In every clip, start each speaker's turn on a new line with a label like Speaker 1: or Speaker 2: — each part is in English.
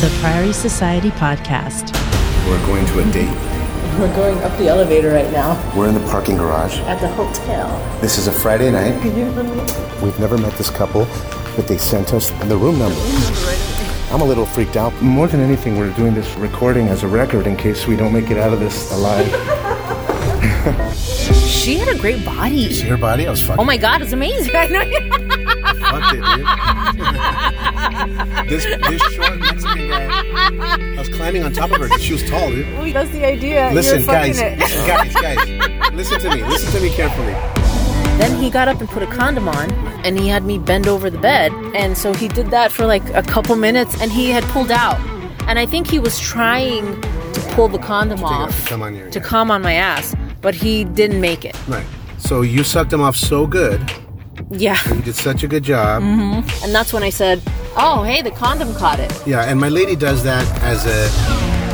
Speaker 1: The Priory Society Podcast.
Speaker 2: We're going to a date.
Speaker 3: We're going up the elevator right now
Speaker 2: We're in the parking garage.
Speaker 3: at the hotel.
Speaker 2: This is a Friday night. We've never met this couple, but they sent us the room number. I'm a little freaked out. More than anything, we're doing this recording as a record in case we don't make it out of this alive.
Speaker 4: She had a great body.
Speaker 2: Your body? I was fucking.
Speaker 4: Oh my god, it's amazing. I know.
Speaker 2: this, this short Mexican guy. I was climbing on top of her. She was tall, dude.
Speaker 4: That's the idea.
Speaker 2: Listen, guys, guys, guys. Listen to me. Listen to me carefully.
Speaker 4: Then he got up and put a condom on and he had me bend over the bed. And so he did that for like a couple minutes and he had pulled out. And I think he was trying to pull the condom
Speaker 2: off,
Speaker 4: off
Speaker 2: to come on your-
Speaker 4: to
Speaker 2: yeah.
Speaker 4: come on my ass, but he didn't make it.
Speaker 2: Right. So you sucked him off so good.
Speaker 4: Yeah.
Speaker 2: You did such a good job.
Speaker 4: And that's when I said, Oh, hey, the condom caught it.
Speaker 2: Yeah, and my lady does that as a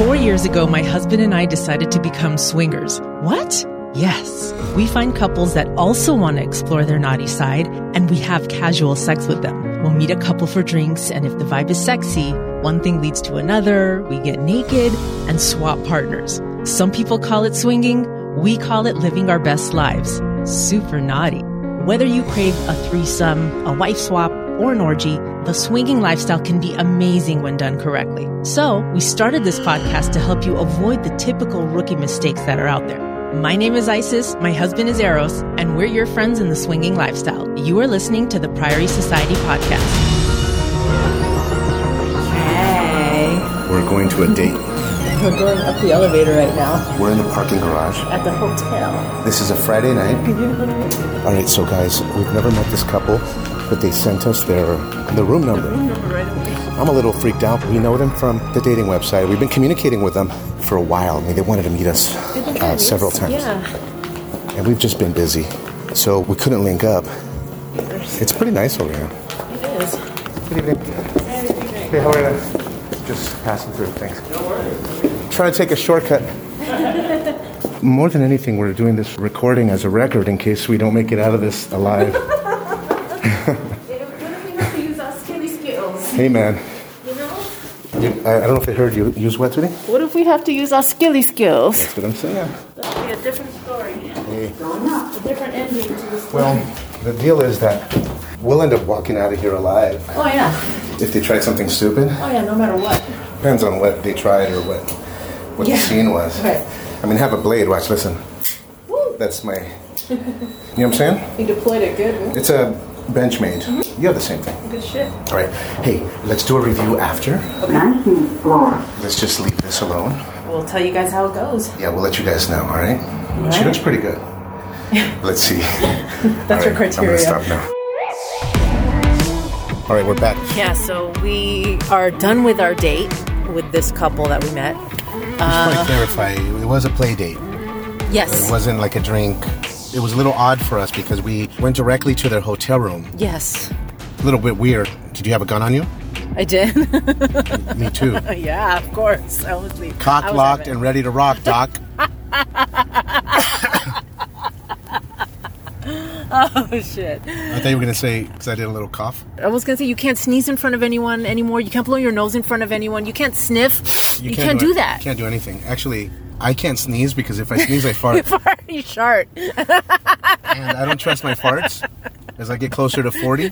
Speaker 1: Four years ago, my husband and I decided to become swingers. What? Yes. We find couples that also want to explore their naughty side, and we have casual sex with them. We'll meet a couple for drinks, and if the vibe is sexy, one thing leads to another, we get naked and swap partners. Some people call it swinging, we call it living our best lives. Super naughty. Whether you crave a threesome, a wife swap, or an orgy, the swinging lifestyle can be amazing when done correctly. So, we started this podcast to help you avoid the typical rookie mistakes that are out there. My name is Isis, my husband is Eros, and we're your friends in the swinging lifestyle. You are listening to the Priory Society Podcast.
Speaker 2: We're going to a date.
Speaker 3: We're going up the elevator right now
Speaker 2: We're in the parking garage.
Speaker 3: at the hotel.
Speaker 2: This is a Friday night. All right, so guys, we've never met this couple, but they sent us their the room number. I'm a little freaked out. We know them from the dating website. We've been communicating with them for a while. I mean, they wanted to meet us uh, several times,
Speaker 4: Yeah.
Speaker 2: and we've just been busy, so we couldn't link up. It's pretty nice over here.
Speaker 4: It is.
Speaker 2: Good evening. Hey, how are you? Just passing through, thanks. Trying to take a shortcut. More than anything, we're doing this recording as a record in case we don't make it out of this alive. Hey, man. You, I, I don't know if they heard you use wet today.
Speaker 3: What if we have to use our skilly skills?
Speaker 2: That's what I'm saying.
Speaker 3: That'd be a different story.
Speaker 2: Hey.
Speaker 3: A different ending to this.
Speaker 2: Well, the deal is that we'll end up walking out of here alive
Speaker 3: Oh yeah.
Speaker 2: if they try something stupid.
Speaker 3: Oh yeah. No matter what.
Speaker 2: Depends on what they tried or what what the
Speaker 3: Yeah.
Speaker 2: scene was.
Speaker 3: Right.
Speaker 2: I mean, have a blade. Watch, listen. That's my. You know what I'm saying?
Speaker 3: You deployed it good. huh?
Speaker 2: It's a Benchmade.
Speaker 3: Mm-hmm.
Speaker 2: You have the same thing.
Speaker 3: Good shit.
Speaker 2: All right. Hey, let's do a review after.
Speaker 5: Nineteenth floor.
Speaker 2: Let's just leave this alone.
Speaker 3: We'll tell you guys how it goes.
Speaker 2: Yeah, we'll let you guys know. All right. She
Speaker 3: Right.
Speaker 2: looks pretty good. Let's see. That's
Speaker 3: your
Speaker 2: I'm gonna
Speaker 3: criteria.
Speaker 2: stop now. All right, we're back.
Speaker 4: Yeah, so we are done with our date with this couple that we met.
Speaker 2: Just to clarify, it was a play date.
Speaker 4: Yes.
Speaker 2: It wasn't like a drink. It was a little odd for us because we went directly to their hotel room.
Speaker 4: Yes.
Speaker 2: A little bit weird. Did you have a gun on you?
Speaker 4: I did.
Speaker 2: Me too.
Speaker 4: yeah, of course. I was the I
Speaker 2: Cock
Speaker 4: was
Speaker 2: locked
Speaker 4: having-
Speaker 2: and ready to rock, Doc.
Speaker 4: Oh shit.
Speaker 2: I thought you were gonna say because I did a little cough.
Speaker 4: I was gonna say you can't sneeze in front of anyone anymore. You can't blow your nose in front of anyone. You can't sniff. You, can't, do,
Speaker 2: it-
Speaker 4: that.
Speaker 2: You can't do anything. Actually, I can't sneeze because if I sneeze, I fart,
Speaker 4: Fart, you shart.
Speaker 2: and I don't trust my farts. As I get closer to forty,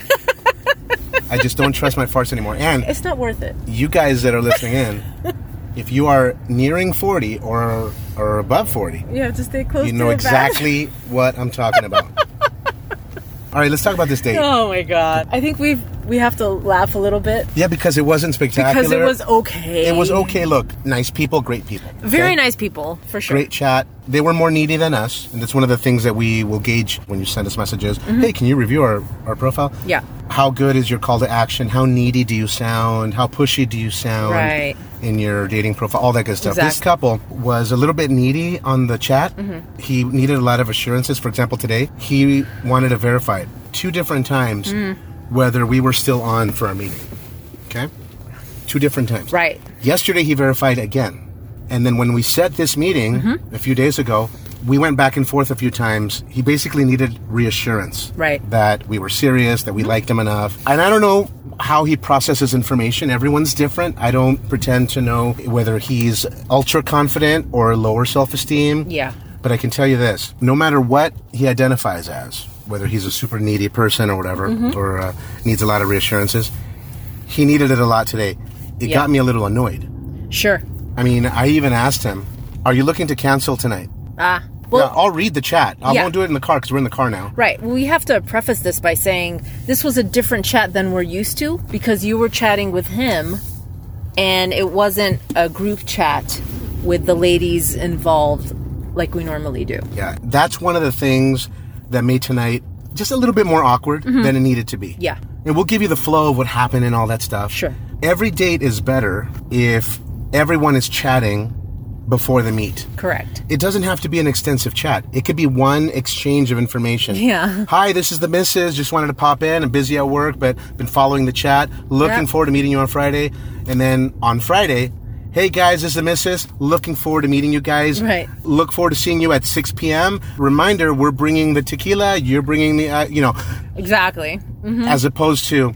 Speaker 2: I just don't trust my farts anymore. And
Speaker 4: It's not worth it.
Speaker 2: you guys that are listening in, if you are nearing forty or or above forty,
Speaker 4: You have to stay close.
Speaker 2: you
Speaker 4: to
Speaker 2: know
Speaker 4: the back.
Speaker 2: exactly what I'm talking about. All right, let's talk about this date.
Speaker 4: Oh my god. I think we we have to laugh a little bit
Speaker 2: Yeah, because it wasn't spectacular.
Speaker 4: because it was okay.
Speaker 2: It was okay. Look, nice people, great people.
Speaker 4: Very
Speaker 2: okay?
Speaker 4: nice people for sure.
Speaker 2: Great chat. They were more needy than us, and that's one of the things that we will gauge when you send us messages. Hey, can you review our, our profile?
Speaker 4: Mm-hmm. Yeah.
Speaker 2: How good is your call to action? How needy do you sound? How pushy do you sound?
Speaker 4: Right.
Speaker 2: In your dating profile, all that good stuff. This
Speaker 4: Exactly.
Speaker 2: couple was a little bit needy on the chat.
Speaker 4: Mm-hmm.
Speaker 2: He needed a lot of assurances. For example, today he wanted to verify two different times
Speaker 4: Mm.
Speaker 2: whether we were still on for our meeting. Okay. Two different times.
Speaker 4: Right.
Speaker 2: Yesterday, he verified again. And then when we set this meeting
Speaker 4: Mm-hmm.
Speaker 2: a few days ago, we went back and forth a few times. He basically needed reassurance
Speaker 4: Right. Mm-hmm.
Speaker 2: that we were serious, that we liked him enough. And I don't know how he processes information. Everyone's different. I don't pretend to know whether he's ultra confident or lower self esteem.
Speaker 4: Yeah.
Speaker 2: But I can tell you this no matter what he identifies as, whether he's a super needy person or whatever,
Speaker 4: Mm-hmm.
Speaker 2: or uh, needs a lot of reassurances, he needed it a lot today. It
Speaker 4: Yeah.
Speaker 2: got me a little annoyed.
Speaker 4: Sure.
Speaker 2: I mean, I even asked him, Are you looking to cancel tonight?
Speaker 4: Ah.
Speaker 2: Well,
Speaker 4: Well,
Speaker 2: I'll read the chat. I
Speaker 4: Yeah.
Speaker 2: won't do it in the car because we're in the car now.
Speaker 4: Right. Well, we have to preface this by saying this was a different chat than we're used to because you were chatting with him and it wasn't a group chat with the ladies involved like we normally do.
Speaker 2: Yeah, that's one of the things that made tonight just a little bit more awkward than it needed to be.
Speaker 4: Mm-hmm. Yeah.
Speaker 2: And we'll give you the flow of what happened and all that stuff.
Speaker 4: Sure.
Speaker 2: Every date is better if everyone is chatting before the meet.
Speaker 4: Correct.
Speaker 2: It doesn't have to be an extensive chat. It could be one exchange of information.
Speaker 4: Yeah.
Speaker 2: Hi, this is the missus. Just wanted to pop in. I'm busy at work, but been following the chat. Looking
Speaker 4: Yeah.
Speaker 2: forward to meeting you on Friday. And then on Friday, hey guys, this is the missus. Looking forward to meeting you guys.
Speaker 4: Right.
Speaker 2: Look forward to seeing you at 6 p.m. Reminder: We're bringing the tequila. You're bringing the, uh, you know,
Speaker 4: Exactly.
Speaker 2: as opposed to,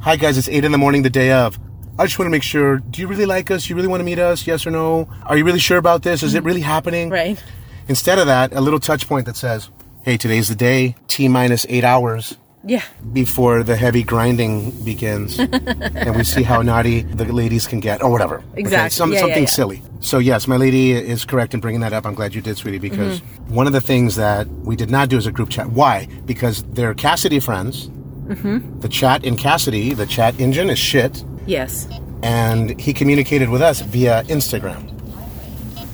Speaker 2: hi guys, it's 8 in the morning the day of. I just want to make sure. Do you really like us? You really want to meet us? Yes or no? Are you really sure about this? Is it really happening?
Speaker 4: Mm-hmm. Right.
Speaker 2: Instead of that, a little touch point that says, hey, today's the day, T minus eight hours
Speaker 4: Yeah.
Speaker 2: before the heavy grinding begins. and we see how naughty the ladies can get, or whatever. Okay,
Speaker 4: Exactly.
Speaker 2: some,
Speaker 4: Yeah, yeah,
Speaker 2: something
Speaker 4: yeah.
Speaker 2: silly. So, yes, my lady is correct in bringing that up. I'm glad you did, sweetie, because
Speaker 4: Mm-hmm.
Speaker 2: one of the things that we did not do is a group chat. Why? Because they're Cassidy friends.
Speaker 4: Mm-hmm.
Speaker 2: The chat in Cassidy, the chat engine is shit
Speaker 4: Yes.
Speaker 2: and he communicated with us via Instagram.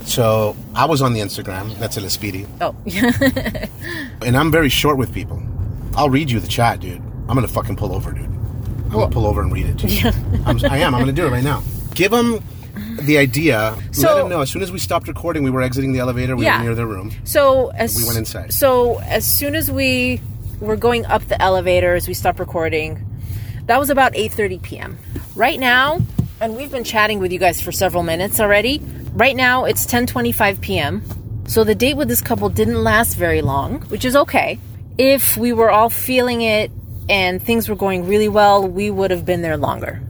Speaker 2: So I was on the Instagram. That's El Speedy,
Speaker 4: Oh.
Speaker 2: and I'm very short with people. I'll read you the chat, dude. I'm gonna fucking pull over, dude. I'm gonna pull over and read it. To you. I'm, I am. I'm gonna do it right now. Give them the idea.
Speaker 4: So-
Speaker 2: Let them know. As soon as we stopped recording, we were exiting the elevator. We
Speaker 4: Yeah.
Speaker 2: were near their room.
Speaker 4: So as
Speaker 2: We went inside.
Speaker 4: So as soon as we were going up the elevator, as we stopped recording, that was about 8:30 p.m. Right now, and we've been chatting with you guys for several minutes already. Right now, it's 10:25 p.m. So the date with this couple didn't last very long, which is okay. If we were all feeling it and things were going really well, we would have been there longer.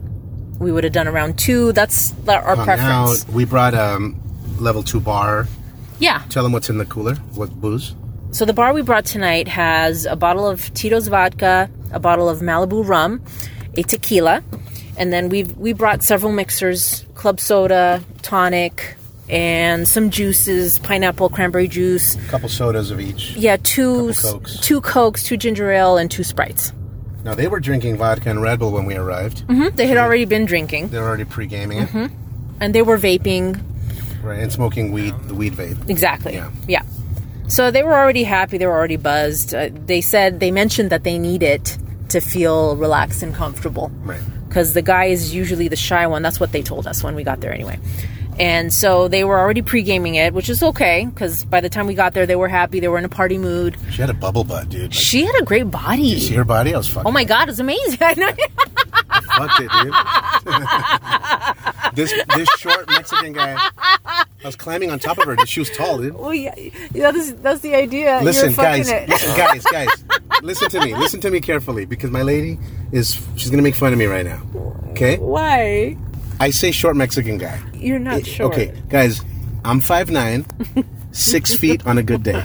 Speaker 4: We would have done around two. That's our our
Speaker 2: Hung
Speaker 4: preference.
Speaker 2: out. we brought um, level two bar.
Speaker 4: Yeah.
Speaker 2: Tell them what's in the cooler. What booze?
Speaker 4: So the bar we brought tonight has a bottle of Tito's vodka, a bottle of Malibu rum, a tequila, and then we we brought several mixers: club soda, tonic, and some juices, pineapple, cranberry juice.
Speaker 2: A couple sodas of each.
Speaker 4: Yeah, two
Speaker 2: Couple Cokes.
Speaker 4: two cokes, two ginger ale, and two sprites.
Speaker 2: Now they were drinking vodka and Red Bull when we arrived.
Speaker 4: Mhm, They had already been drinking,
Speaker 2: They're already pre-gaming it.
Speaker 4: Mm-hmm. and they were vaping.
Speaker 2: Right, and smoking weed, the weed vape.
Speaker 4: Exactly.
Speaker 2: Yeah.
Speaker 4: yeah. So they were already happy. They were already buzzed. Uh, they said they mentioned that they need it to feel relaxed and comfortable.
Speaker 2: Right.
Speaker 4: because the guy is usually the shy one. That's what they told us when we got there, anyway. And so they were already pre gaming it, which is okay because by the time we got there, they were happy. They were in a party mood.
Speaker 2: She had a bubble butt, dude. Like,
Speaker 4: She had a great
Speaker 2: see
Speaker 4: body.
Speaker 2: her body? I was fucking
Speaker 4: Oh my god, it's amazing! I know.
Speaker 2: fucked it, dude. this this short Mexican guy. I was climbing on top of her. dude. She was tall, dude.
Speaker 4: well, yeah, that's that's the idea.
Speaker 2: Listen, guys, listen, guys, guys. Listen to me. Listen to me carefully, because my lady is she's gonna make fun of me right now. Okay,
Speaker 4: Why?
Speaker 2: I say short Mexican guy. Eh,
Speaker 4: You're not sure.
Speaker 2: Okay, guys, I'm five nine, six feet on a good day.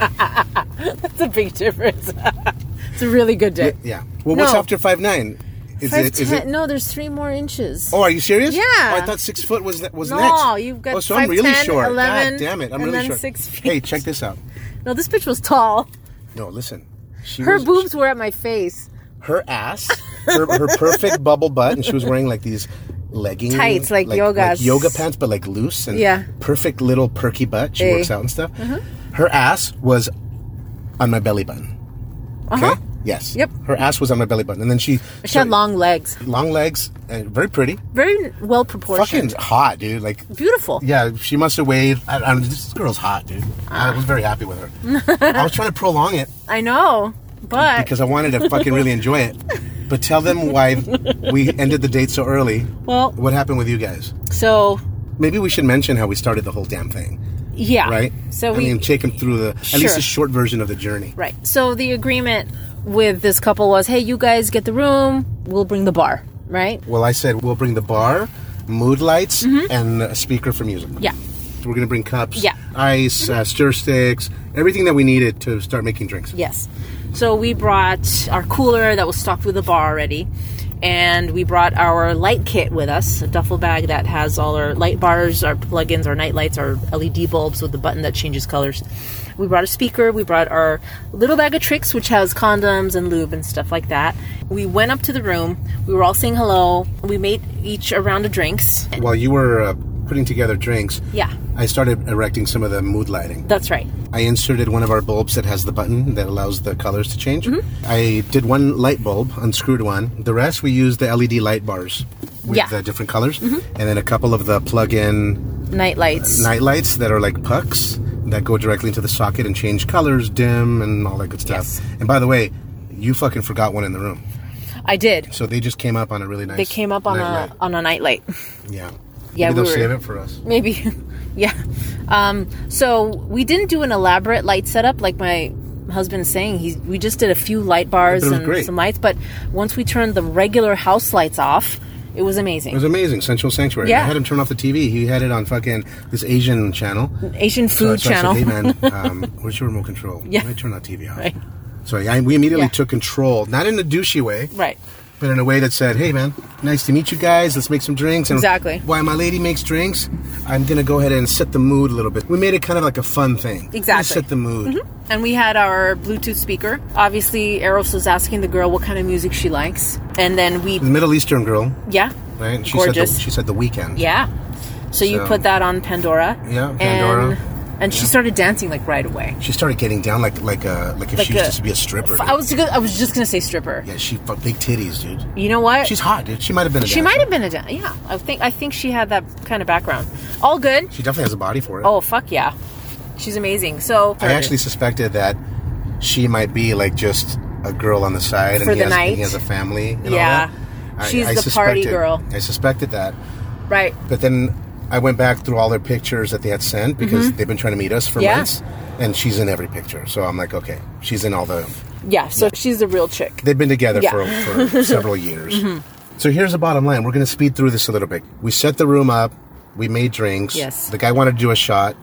Speaker 4: it's a big difference. it's a really good day.
Speaker 2: Yeah. Well, what's
Speaker 4: No.
Speaker 2: after five nine? Is
Speaker 4: Five
Speaker 2: it is
Speaker 4: ten-
Speaker 2: it
Speaker 4: No, there's three more inches.
Speaker 2: Oh, are you serious?
Speaker 4: Yeah.
Speaker 2: Oh, I thought six foot was that was
Speaker 4: No,
Speaker 2: next.
Speaker 4: you've got
Speaker 2: Oh, so I'm
Speaker 4: 5'10",
Speaker 2: really short.
Speaker 4: 11,
Speaker 2: God damn it, I'm
Speaker 4: and
Speaker 2: really
Speaker 4: then
Speaker 2: short.
Speaker 4: six feet.
Speaker 2: Hey, check this out.
Speaker 4: No, this bitch was tall.
Speaker 2: No, listen. She
Speaker 4: Her
Speaker 2: was-
Speaker 4: boobs were at my face.
Speaker 2: her ass, her, her perfect bubble butt, and she was wearing like these leggings,
Speaker 4: Tights, like yogas.
Speaker 2: yoga pants, but like loose and
Speaker 4: Yeah.
Speaker 2: perfect little perky butt. She
Speaker 4: Hey. Uh-huh.
Speaker 2: works out and stuff. Her ass was on my belly button. Okay.
Speaker 4: Uh-huh.
Speaker 2: Yes.
Speaker 4: Yep.
Speaker 2: Her ass was on my belly button, and then she
Speaker 4: She had long legs,
Speaker 2: long legs, and very pretty,
Speaker 4: very well
Speaker 2: fucking
Speaker 4: proportioned,
Speaker 2: hot, dude. Like
Speaker 4: beautiful.
Speaker 2: Yeah, she must have weighed. I, I'm, this girl's hot, dude. I was very happy with her. I was trying to prolong it
Speaker 4: I know, but
Speaker 2: because I wanted to fucking really enjoy it. But tell them why we ended the date so early.
Speaker 4: Well-
Speaker 2: what happened with you guys?
Speaker 4: so
Speaker 2: Maybe we should mention how we started the whole damn thing,
Speaker 4: yeah.
Speaker 2: right?
Speaker 4: So
Speaker 2: I
Speaker 4: we
Speaker 2: mean, take them through the at
Speaker 4: Sure.
Speaker 2: least a short version of the journey.
Speaker 4: right. So the agreement with this couple was, hey, you guys get the room, we'll bring the bar. right?
Speaker 2: Well, I said we'll bring the bar, mood lights, and a speaker for music.
Speaker 4: Mm-hmm. Yeah.
Speaker 2: We're going to bring cups,
Speaker 4: Yeah.
Speaker 2: ice, uh, stir sticks, everything that we needed to start making drinks.
Speaker 4: Yes. So we brought our cooler that was stocked with the bar already, and we brought our light kit with us, a duffel bag that has all our light bars, our plugins, our night lights, our LED bulbs with the button that changes colors. We brought a speaker, we brought our little bag of tricks, which has condoms and lube and stuff like that. We went up to the room, we were all saying hello, we made each a round of drinks.
Speaker 2: While you were uh, putting together drinks,
Speaker 4: Yeah.
Speaker 2: I started erecting some of the mood lighting.
Speaker 4: That's right.
Speaker 2: I inserted one of our bulbs that has the button that allows the colors to change.
Speaker 4: Mm-hmm.
Speaker 2: I did one light bulb, unscrewed one. The rest we used the LED light bars with
Speaker 4: Yeah. Mm-hmm.
Speaker 2: the different colors, and then a couple of the plug-in
Speaker 4: Night lights.
Speaker 2: night lights that are like pucks that go directly into the socket and change colors, dim, and all that good stuff.
Speaker 4: Yes.
Speaker 2: And by the way, you fucking forgot one in the room,
Speaker 4: I did.
Speaker 2: so they just came up on a really nice.
Speaker 4: They came up on
Speaker 2: night
Speaker 4: a
Speaker 2: light.
Speaker 4: on a night light.
Speaker 2: yeah.
Speaker 4: Yeah,
Speaker 2: Maybe they'll
Speaker 4: we were-
Speaker 2: save it for us.
Speaker 4: maybe yeah um, so we didn't do an elaborate light setup like my husband is saying he's we just did a few light bars
Speaker 2: But it was
Speaker 4: and
Speaker 2: great.
Speaker 4: some lights but once we turned the regular house lights off it was amazing
Speaker 2: It was amazing, Sensual Sanctuary.
Speaker 4: Yeah.
Speaker 2: I had him turn off the TV. He had it on fucking this Asian channel.
Speaker 4: asian
Speaker 2: So-
Speaker 4: food
Speaker 2: so
Speaker 4: channel
Speaker 2: I said, hey man, um, where's your remote control?
Speaker 4: Yeah.
Speaker 2: Let me turn that TV off.
Speaker 4: Right.
Speaker 2: So I, we immediately
Speaker 4: Yeah.
Speaker 2: took control, not in a douchey way,
Speaker 4: right
Speaker 2: but in a way that said, "Hey, man, nice to meet you guys. Let's make some drinks." And
Speaker 4: Exactly.
Speaker 2: While my lady makes drinks, I'm gonna go ahead and set the mood a little bit. We made it kind of like a fun thing.
Speaker 4: Exactly. Mm-hmm.
Speaker 2: Just set the mood.
Speaker 4: and we had our bluetooth speaker obviously eros was asking the girl what kind of music she likes and then we
Speaker 2: The Middle Eastern girl,
Speaker 4: yeah
Speaker 2: right? She
Speaker 4: Gorgeous.
Speaker 2: Said the, she said the weekend.
Speaker 4: yeah so you
Speaker 2: So-
Speaker 4: put that on pandora
Speaker 2: Yeah, Pandora.
Speaker 4: and, and she started dancing like right away
Speaker 2: She started getting down like like a like if
Speaker 4: Like
Speaker 2: she used
Speaker 4: a-
Speaker 2: to be a stripper.
Speaker 4: i was go- i was just gonna say stripper
Speaker 2: yeah, she fuck big titties, dude.
Speaker 4: you know what
Speaker 2: She's hot, dude. She might have been. A
Speaker 4: She
Speaker 2: dancer.
Speaker 4: might have been a dan- yeah. I think I think she had that kind of background. All good.
Speaker 2: She definitely has a body for it.
Speaker 4: Oh fuck yeah, she's amazing. So
Speaker 2: I actually suspected that she might be like just a girl on the side
Speaker 4: For
Speaker 2: and,
Speaker 4: the
Speaker 2: he has, and
Speaker 4: night.
Speaker 2: he has a family. And
Speaker 4: Yeah.
Speaker 2: all that. I-
Speaker 4: She's
Speaker 2: I
Speaker 4: the party
Speaker 2: suspected-
Speaker 4: girl.
Speaker 2: I suspected that.
Speaker 4: right.
Speaker 2: But then I went back through all their pictures that they had sent because they've been trying to meet us for
Speaker 4: Mm-hmm. Yeah.
Speaker 2: months. And she's in every picture. So I'm like, okay, she's in all the.
Speaker 4: Yeah. So she's the real chick.
Speaker 2: They've been together
Speaker 4: Yeah. Mm-hmm.
Speaker 2: for, for several years. So here's the bottom line. We're going to speed through this a little bit. We set the room up. We made drinks.
Speaker 4: Yes. Mm-hmm.
Speaker 2: The guy wanted to do a shot.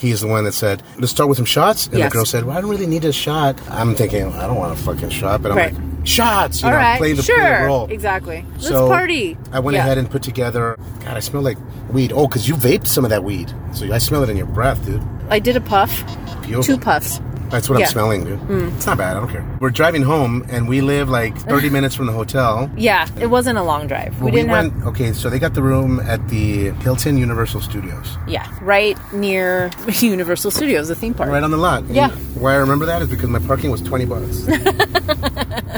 Speaker 2: He's the one that said, let's start with some shots. And
Speaker 4: Yes.
Speaker 2: the girl said, well, I don't really need a shot. I'm thinking, I don't want a fucking shot. But I'm
Speaker 4: Right.
Speaker 2: like, shots! You
Speaker 4: All
Speaker 2: know,
Speaker 4: right.
Speaker 2: play the, play
Speaker 4: sure.
Speaker 2: the role.
Speaker 4: Exactly. Let's
Speaker 2: So,
Speaker 4: party.
Speaker 2: I went
Speaker 4: Yeah.
Speaker 2: ahead and put together. God, I smell like weed. Oh, because you vaped some of that weed, so I smell it in your breath, dude.
Speaker 4: I did a puff.
Speaker 2: Beautiful.
Speaker 4: Two puffs.
Speaker 2: That's what
Speaker 4: yeah. Hmm.
Speaker 2: I'm smelling, dude. It's not bad. I don't care. We're driving home, and we live like 30 minutes from the hotel.
Speaker 4: Yeah. It wasn't a long drive.
Speaker 2: Well,
Speaker 4: we didn't
Speaker 2: went,
Speaker 4: have.
Speaker 2: Okay, so they got the room at the Hilton Universal Studios,
Speaker 4: Yeah. Right near Universal Studios, the theme park.
Speaker 2: right on the lot. And
Speaker 4: Yeah.
Speaker 2: Why I remember that is because my parking was 20 bucks.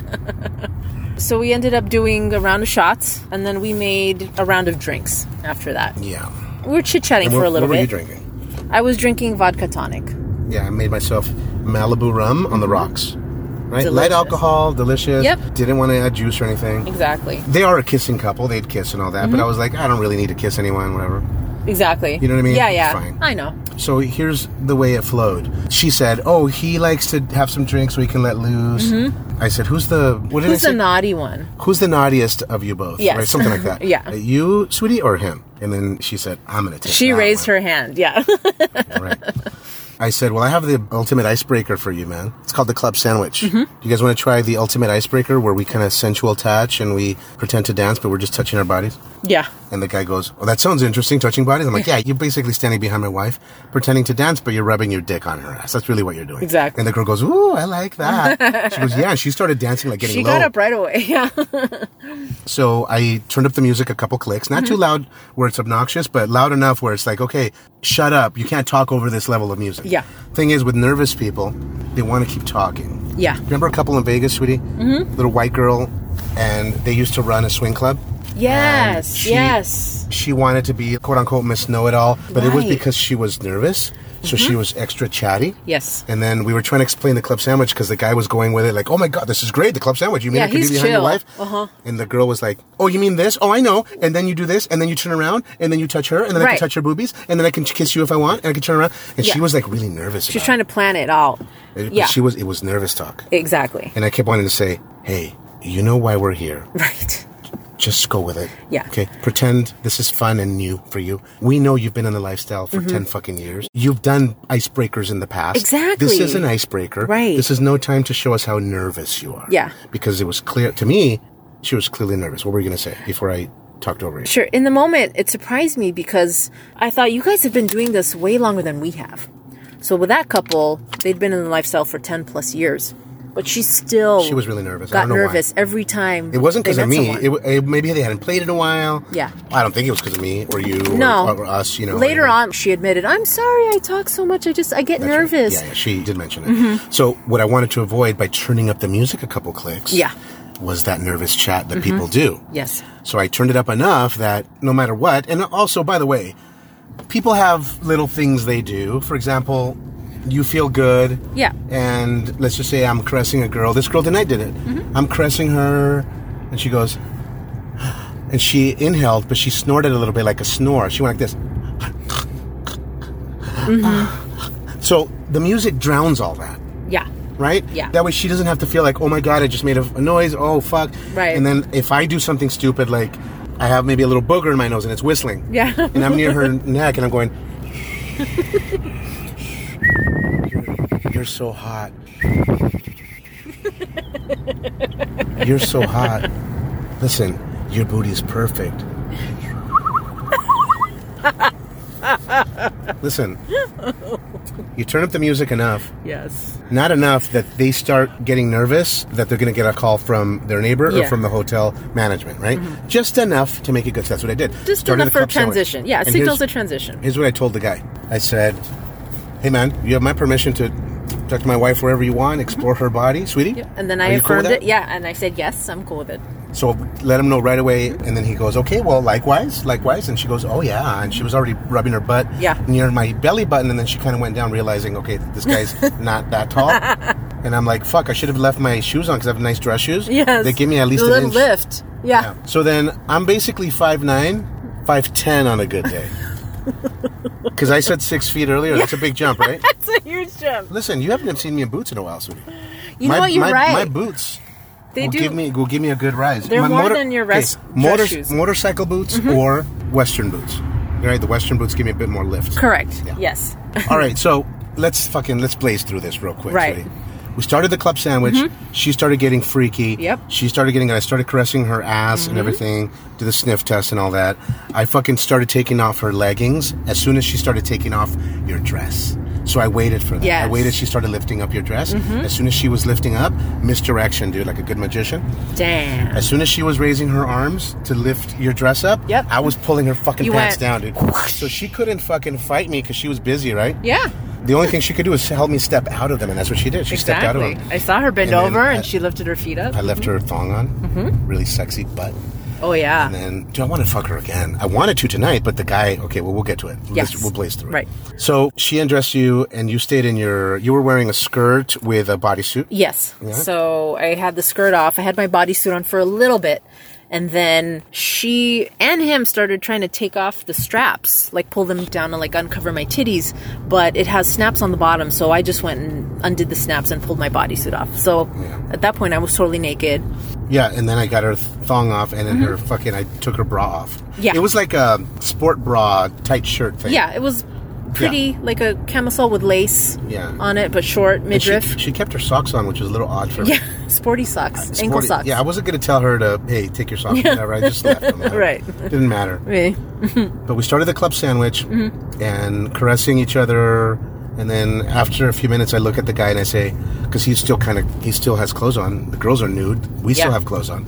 Speaker 4: So we ended up doing a round of shots, and then we made a round of drinks after that.
Speaker 2: yeah.
Speaker 4: We were chit chatting
Speaker 2: And
Speaker 4: for
Speaker 2: what,
Speaker 4: a little
Speaker 2: what were you
Speaker 4: bit.
Speaker 2: drinking?
Speaker 4: I was drinking vodka tonic.
Speaker 2: Yeah, I made myself Malibu rum on the rocks.
Speaker 4: Mm-hmm.
Speaker 2: Right, light
Speaker 4: Delicious.
Speaker 2: alcohol, delicious.
Speaker 4: Yep.
Speaker 2: Didn't want to add juice or anything.
Speaker 4: Exactly.
Speaker 2: they are a kissing couple. They'd kiss and all that.
Speaker 4: Mm-hmm.
Speaker 2: But I was like, I don't really need to kiss anyone, whatever.
Speaker 4: Exactly.
Speaker 2: You know what I mean?
Speaker 4: Yeah,
Speaker 2: It's
Speaker 4: yeah.
Speaker 2: fine.
Speaker 4: I know.
Speaker 2: So here's the way it flowed. She said, "Oh, he likes to have some drinks so he can let loose." I said, "Who's the what did
Speaker 4: Mm-hmm. Who's
Speaker 2: I say?
Speaker 4: the naughty one?
Speaker 2: Who's the naughtiest of you both?"
Speaker 4: Yes.
Speaker 2: Right, something like that.
Speaker 4: Yeah.
Speaker 2: Uh, You, sweetie, or him? And then she said, "I'm gonna take."
Speaker 4: She
Speaker 2: that
Speaker 4: raised
Speaker 2: one."
Speaker 4: her hand. Yeah.
Speaker 2: Right. I said, "Well, I have the ultimate icebreaker for you, man. It's called the club sandwich.
Speaker 4: Mm-hmm.
Speaker 2: Do you guys want to try the ultimate icebreaker where we kind of sensual touch and we pretend to dance, but we're just touching our bodies?"
Speaker 4: yeah.
Speaker 2: And the guy goes, "Oh, that sounds interesting, touching bodies." I'm like, "Yeah, you're basically standing behind my wife, pretending to dance, but you're rubbing your dick on her ass. That's really what you're doing."
Speaker 4: Exactly.
Speaker 2: And the girl goes, "Ooh, I like that." she goes, "Yeah." She started dancing like getting
Speaker 4: She
Speaker 2: low.
Speaker 4: got up right away. Yeah.
Speaker 2: So I turned up the music a couple clicks, not too
Speaker 4: Mm-hmm.
Speaker 2: loud where it's obnoxious, but loud enough where it's like, "Okay, shut up. You can't talk over this level of music."
Speaker 4: Yeah.
Speaker 2: Thing is, with nervous people, they want to keep talking.
Speaker 4: Yeah.
Speaker 2: Remember a couple in Vegas, sweetie? Mm-hmm. Little white girl, and they used to run a swing club.
Speaker 4: Yes.
Speaker 2: she-
Speaker 4: yes.
Speaker 2: she wanted to be quote unquote Miss Know It All, but it
Speaker 4: Right.
Speaker 2: was
Speaker 4: Mm-hmm.
Speaker 2: because she was nervous. So she was extra chatty.
Speaker 4: Yes.
Speaker 2: And then we were trying to explain the club sandwich because the guy was going with it like, "Oh my god, this is great! The club sandwich. You mean
Speaker 4: Yeah,
Speaker 2: it could be
Speaker 4: he's
Speaker 2: behind your
Speaker 4: chill.
Speaker 2: wife?"
Speaker 4: Uh-huh.
Speaker 2: And the girl was like, "Oh, you mean this? Oh, I know. And then you do this, and then you turn around, and then you touch her, and then I
Speaker 4: Right.
Speaker 2: can touch your boobies, and then I can kiss you if I want, and I can turn around." And she
Speaker 4: Yeah.
Speaker 2: was like really nervous.
Speaker 4: She's trying to plan it out. yeah.
Speaker 2: She was. It was nervous talk.
Speaker 4: exactly.
Speaker 2: And I kept wanting to say, "Hey, you know why we're here?
Speaker 4: Right.
Speaker 2: Just go with it.
Speaker 4: Yeah.
Speaker 2: Okay. Pretend this is fun and new for you. We know you've been in the lifestyle
Speaker 4: Mm-hmm.
Speaker 2: for 10 fucking years. You've done icebreakers in the past. This
Speaker 4: Exactly.
Speaker 2: is an icebreaker.
Speaker 4: Right.
Speaker 2: This is no time to show us how nervous you are.
Speaker 4: Yeah.
Speaker 2: Because it was clear to me, she was clearly nervous. What were you going to say before I talked over you?
Speaker 4: Sure. In the moment, it surprised me because I thought you guys have been doing this way longer than we have. So with that couple, they'd been in the lifestyle for ten plus years, but she still
Speaker 2: She was really nervous. I
Speaker 4: Got
Speaker 2: don't know why.
Speaker 4: nervous every time.
Speaker 2: It wasn't because of me. It,
Speaker 4: was
Speaker 2: wa- it, maybe they hadn't played in a while.
Speaker 4: Yeah.
Speaker 2: I don't think it was because of me or you or-
Speaker 4: no,
Speaker 2: or, us, you know.
Speaker 4: Later
Speaker 2: anyway.
Speaker 4: on, she admitted, "I'm sorry, I talk so much. I just I get
Speaker 2: That's right.
Speaker 4: nervous." Mm-hmm.
Speaker 2: Yeah, yeah, she did mention it. So what I wanted to avoid by turning up the music a couple clicks
Speaker 4: Yeah. Mm-hmm.
Speaker 2: was that nervous chat that people do.
Speaker 4: Yes.
Speaker 2: So I turned it up enough that no matter what, and also, by the way, people have little things they do. For example, you feel good.
Speaker 4: Yeah.
Speaker 2: And let's just say I'm caressing a girl. This girl tonight did it. I'm caressing her, and she goes, and she inhaled, but she snorted a little bit like a snore. She went like this. So the music drowns all that
Speaker 4: Yeah.
Speaker 2: right?
Speaker 4: Yeah.
Speaker 2: That way she doesn't have to feel like, oh my god, I just made a, a noise. Oh fuck.
Speaker 4: Right.
Speaker 2: And then if I do something stupid, like I have maybe a little booger in my nose and it's whistling.
Speaker 4: Yeah.
Speaker 2: and I'm near her neck and I'm going. you're, you're so hot. you're so hot. Listen, your booty's perfect. Listen, you turn up the music enough
Speaker 1: Yes.
Speaker 2: not enough that they start getting nervous that they're going to get a call from their neighbor or
Speaker 4: Yeah. Mm-hmm.
Speaker 2: from the hotel management, right? Just enough to make it good. So that's what I did.
Speaker 4: Just
Speaker 2: Started
Speaker 4: enough for
Speaker 2: the
Speaker 4: a
Speaker 2: club sandwich.
Speaker 4: transition. Yeah, it
Speaker 2: And
Speaker 4: signals a
Speaker 2: here's-
Speaker 4: transition.
Speaker 2: Here's what I told the guy. I said, "Hey, man, you have my permission to talk to my wife wherever you want, explore her body, sweetie."
Speaker 4: And then I
Speaker 2: Are you cool with
Speaker 4: affirmed
Speaker 2: that?
Speaker 4: it. Yeah, and I said, "Yes, I'm cool with it."
Speaker 2: So let him know right away, and then he goes, "Okay, well, likewise, likewise." And she goes, "Oh yeah," and she was already rubbing her butt
Speaker 4: Yeah.
Speaker 2: near my belly button, and then she kind of went down, realizing, "Okay, this guy's not that tall." And I'm like, "Fuck, I should have left my shoes on because I have nice dress shoes."
Speaker 4: Yes.
Speaker 2: they give me at least
Speaker 4: a
Speaker 2: an
Speaker 4: little
Speaker 2: inch.
Speaker 4: lift. Yeah.
Speaker 2: Yeah. So then I'm basically 5'9", 5'10 on a good day. Because I said six feet earlier. That's a big jump, right?
Speaker 4: It's a huge jump.
Speaker 2: Listen, you haven't seen me in boots in a while, sweetie.
Speaker 4: You
Speaker 2: my,
Speaker 4: know what? You're
Speaker 2: my,
Speaker 4: right.
Speaker 2: My boots
Speaker 4: they
Speaker 2: will
Speaker 4: do.
Speaker 2: give me will give me a good rise.
Speaker 4: They're
Speaker 2: My
Speaker 4: more than your rest- dress
Speaker 2: motor-
Speaker 4: shoes. Mm-hmm.
Speaker 2: motorcycle boots or western boots. Right, the western boots give me a bit more lift.
Speaker 4: Correct.
Speaker 2: Yeah.
Speaker 4: Yes.
Speaker 2: All right, so let's fucking let's blaze through this real quick.
Speaker 4: Right. Mm-hmm.
Speaker 2: sweetie. We started the club sandwich. She started getting freaky.
Speaker 4: Yep. Mm-hmm.
Speaker 2: She started getting. I started caressing her ass and everything. Did the sniff test and all that. I fucking started taking off her leggings as soon as she started taking off your dress. So I waited for that. I
Speaker 4: Yes. Mm-hmm.
Speaker 2: waited. She started lifting up your dress. As soon as she was lifting up, misdirection, dude, like a good magician.
Speaker 4: Damn.
Speaker 2: As soon as she was raising her arms to lift your dress up,
Speaker 4: Yep.
Speaker 2: I was pulling her fucking
Speaker 4: You
Speaker 2: pants down,
Speaker 4: went-
Speaker 2: dude. So she couldn't fucking fight me because she was busy, right?
Speaker 4: Yeah.
Speaker 2: The only thing she could do is help me step out of them, and that's what she did. She stepped out of
Speaker 4: Exactly.
Speaker 2: them.
Speaker 4: I saw her bend
Speaker 2: And then
Speaker 4: over
Speaker 2: I-
Speaker 4: and she lifted her feet up.
Speaker 2: I left her thong on,
Speaker 4: Mm-hmm.
Speaker 2: really sexy butt.
Speaker 4: oh yeah.
Speaker 2: And then, do I want to fuck her again? I wanted to tonight, but the guy. Okay, well, we'll get to it. We'll
Speaker 4: Yes.
Speaker 2: just- we'll blaze through it.
Speaker 4: Right.
Speaker 2: So she undressed you, and you stayed in your. You were wearing a skirt with a bodysuit.
Speaker 4: yes. So I had the skirt off. I had my bodysuit on for a little bit. And then she and him started trying to take off the straps, like pull them down and like uncover my titties. But it has snaps on the bottom, so I just went and undid the snaps and pulled my bodysuit off. So at that point, I was totally naked.
Speaker 2: Yeah, and then I got her thong off, and then her fucking. I took her bra off.
Speaker 4: Mm-hmm. Yeah.
Speaker 2: It was like a sport bra tight shirt thing.
Speaker 4: Yeah, it was pretty, like a camisole with lace
Speaker 2: Yeah.
Speaker 4: on it, but short,
Speaker 2: And she,
Speaker 4: midriff.
Speaker 2: she kept her socks on, which was a little odd for me.
Speaker 4: Yeah, sporty socks, ankle
Speaker 2: Uh, Sporty-
Speaker 4: socks.
Speaker 2: Yeah, I wasn't gonna tell her to hey, take your socks. Yeah. Whatever. I just left them. out.
Speaker 4: Right. Mm-hmm.
Speaker 2: Didn't matter.
Speaker 4: Eh.
Speaker 2: But we started the club sandwich and caressing each other. And then after a few minutes, I look at the guy and I say, because he's still kind of he still has clothes on. The girls are nude. We still
Speaker 4: Yeah.
Speaker 2: have clothes on.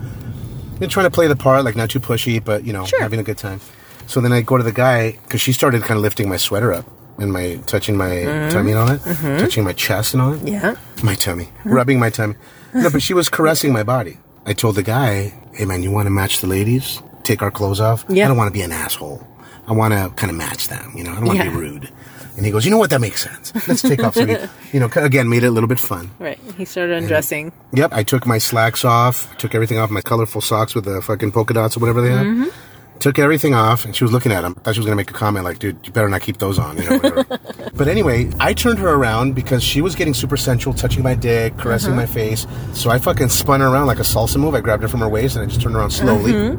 Speaker 2: Been trying to play the part, like not too pushy, but you know,
Speaker 4: Sure.
Speaker 2: having a good time. So then I go to the guy because she started kind of lifting my sweater up and my touching my
Speaker 4: Mm-hmm.
Speaker 2: tummy and all that, touching my chest and all that.
Speaker 4: Yeah.
Speaker 2: My tummy, rubbing my tummy. No, but she was caressing my body. I told the guy, hey man, you want to match the ladies? Take our clothes off?
Speaker 4: Yeah.
Speaker 2: I don't want to be an asshole. I want to kind of match them, you know? I don't want to
Speaker 4: Yeah.
Speaker 2: be rude. And he goes, you know what? That makes sense. Let's take off. So we, you know, again, made it a little bit fun.
Speaker 4: Right. He started undressing.
Speaker 2: Yep, I took my slacks off, took everything off, my colorful socks with the fucking polka dots or whatever they had. took everything off, and she was looking at him. I thought she was going to make a comment like, dude, you better not keep those on, you know, whatever. but anyway, I turned her around because she was getting super sensual, touching my dick, caressing my face. So I fucking spun her around like a salsa move. I grabbed her from her waist, and I just turned around slowly.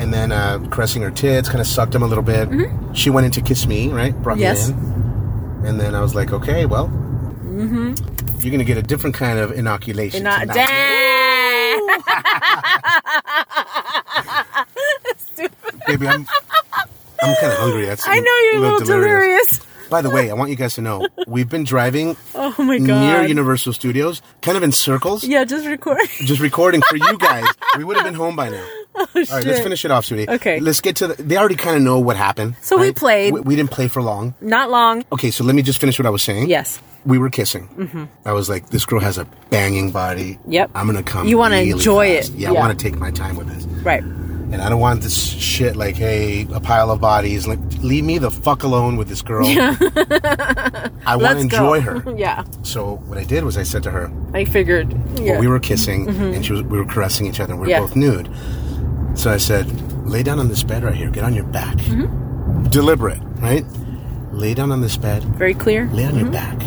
Speaker 2: And then uh, caressing her tits, kind of sucked them a little bit. She went in to kiss me, right? Brought
Speaker 4: Yes.
Speaker 2: me in. And then I was like, okay, well,
Speaker 4: Mm-hmm.
Speaker 2: you're going to get a different kind of inoculation.
Speaker 4: Not
Speaker 2: tonight.
Speaker 4: damn.
Speaker 2: Baby, I'm, I'm kind of hungry. That's
Speaker 4: I know you're a little delirious.
Speaker 2: By the way, I want you guys to know we've been driving
Speaker 4: Oh my god.
Speaker 2: near Universal Studios, kind of in circles,
Speaker 4: yeah, just record.
Speaker 2: just recording for you guys. We would have been home by now. All right, let's
Speaker 4: shit.
Speaker 2: finish it off, sweetie.
Speaker 4: Okay.
Speaker 2: Let's get to the. They already kind of know what happened.
Speaker 4: So we played.
Speaker 2: We, we didn't play for long.
Speaker 4: Not long.
Speaker 2: Okay, so let me just finish what I was saying.
Speaker 4: Yes.
Speaker 2: We were kissing. Mm-hmm. I was like, this girl has a banging body.
Speaker 4: Yep.
Speaker 2: I'm going to come.
Speaker 4: You wanna
Speaker 2: really
Speaker 4: enjoy
Speaker 2: fast.
Speaker 4: it.
Speaker 2: Yeah,
Speaker 4: Yeah.
Speaker 2: I want to take my time with this.
Speaker 4: Right.
Speaker 2: And I don't want this shit like, hey, a pile of bodies. Like, leave me the fuck alone with this girl. I want to
Speaker 4: Let's go.
Speaker 2: enjoy her.
Speaker 4: yeah.
Speaker 2: So what I did was I said to her,
Speaker 4: I figured. Yeah. Mm-hmm.
Speaker 2: well, we were kissing and she was, we were caressing each other. and We were
Speaker 4: Yeah.
Speaker 2: both nude. So I said, lay down on this bed right here. Get on your back.
Speaker 4: Mm-hmm.
Speaker 2: Deliberate, right? Lay down on this bed.
Speaker 4: Very clear.
Speaker 2: Lay on your back.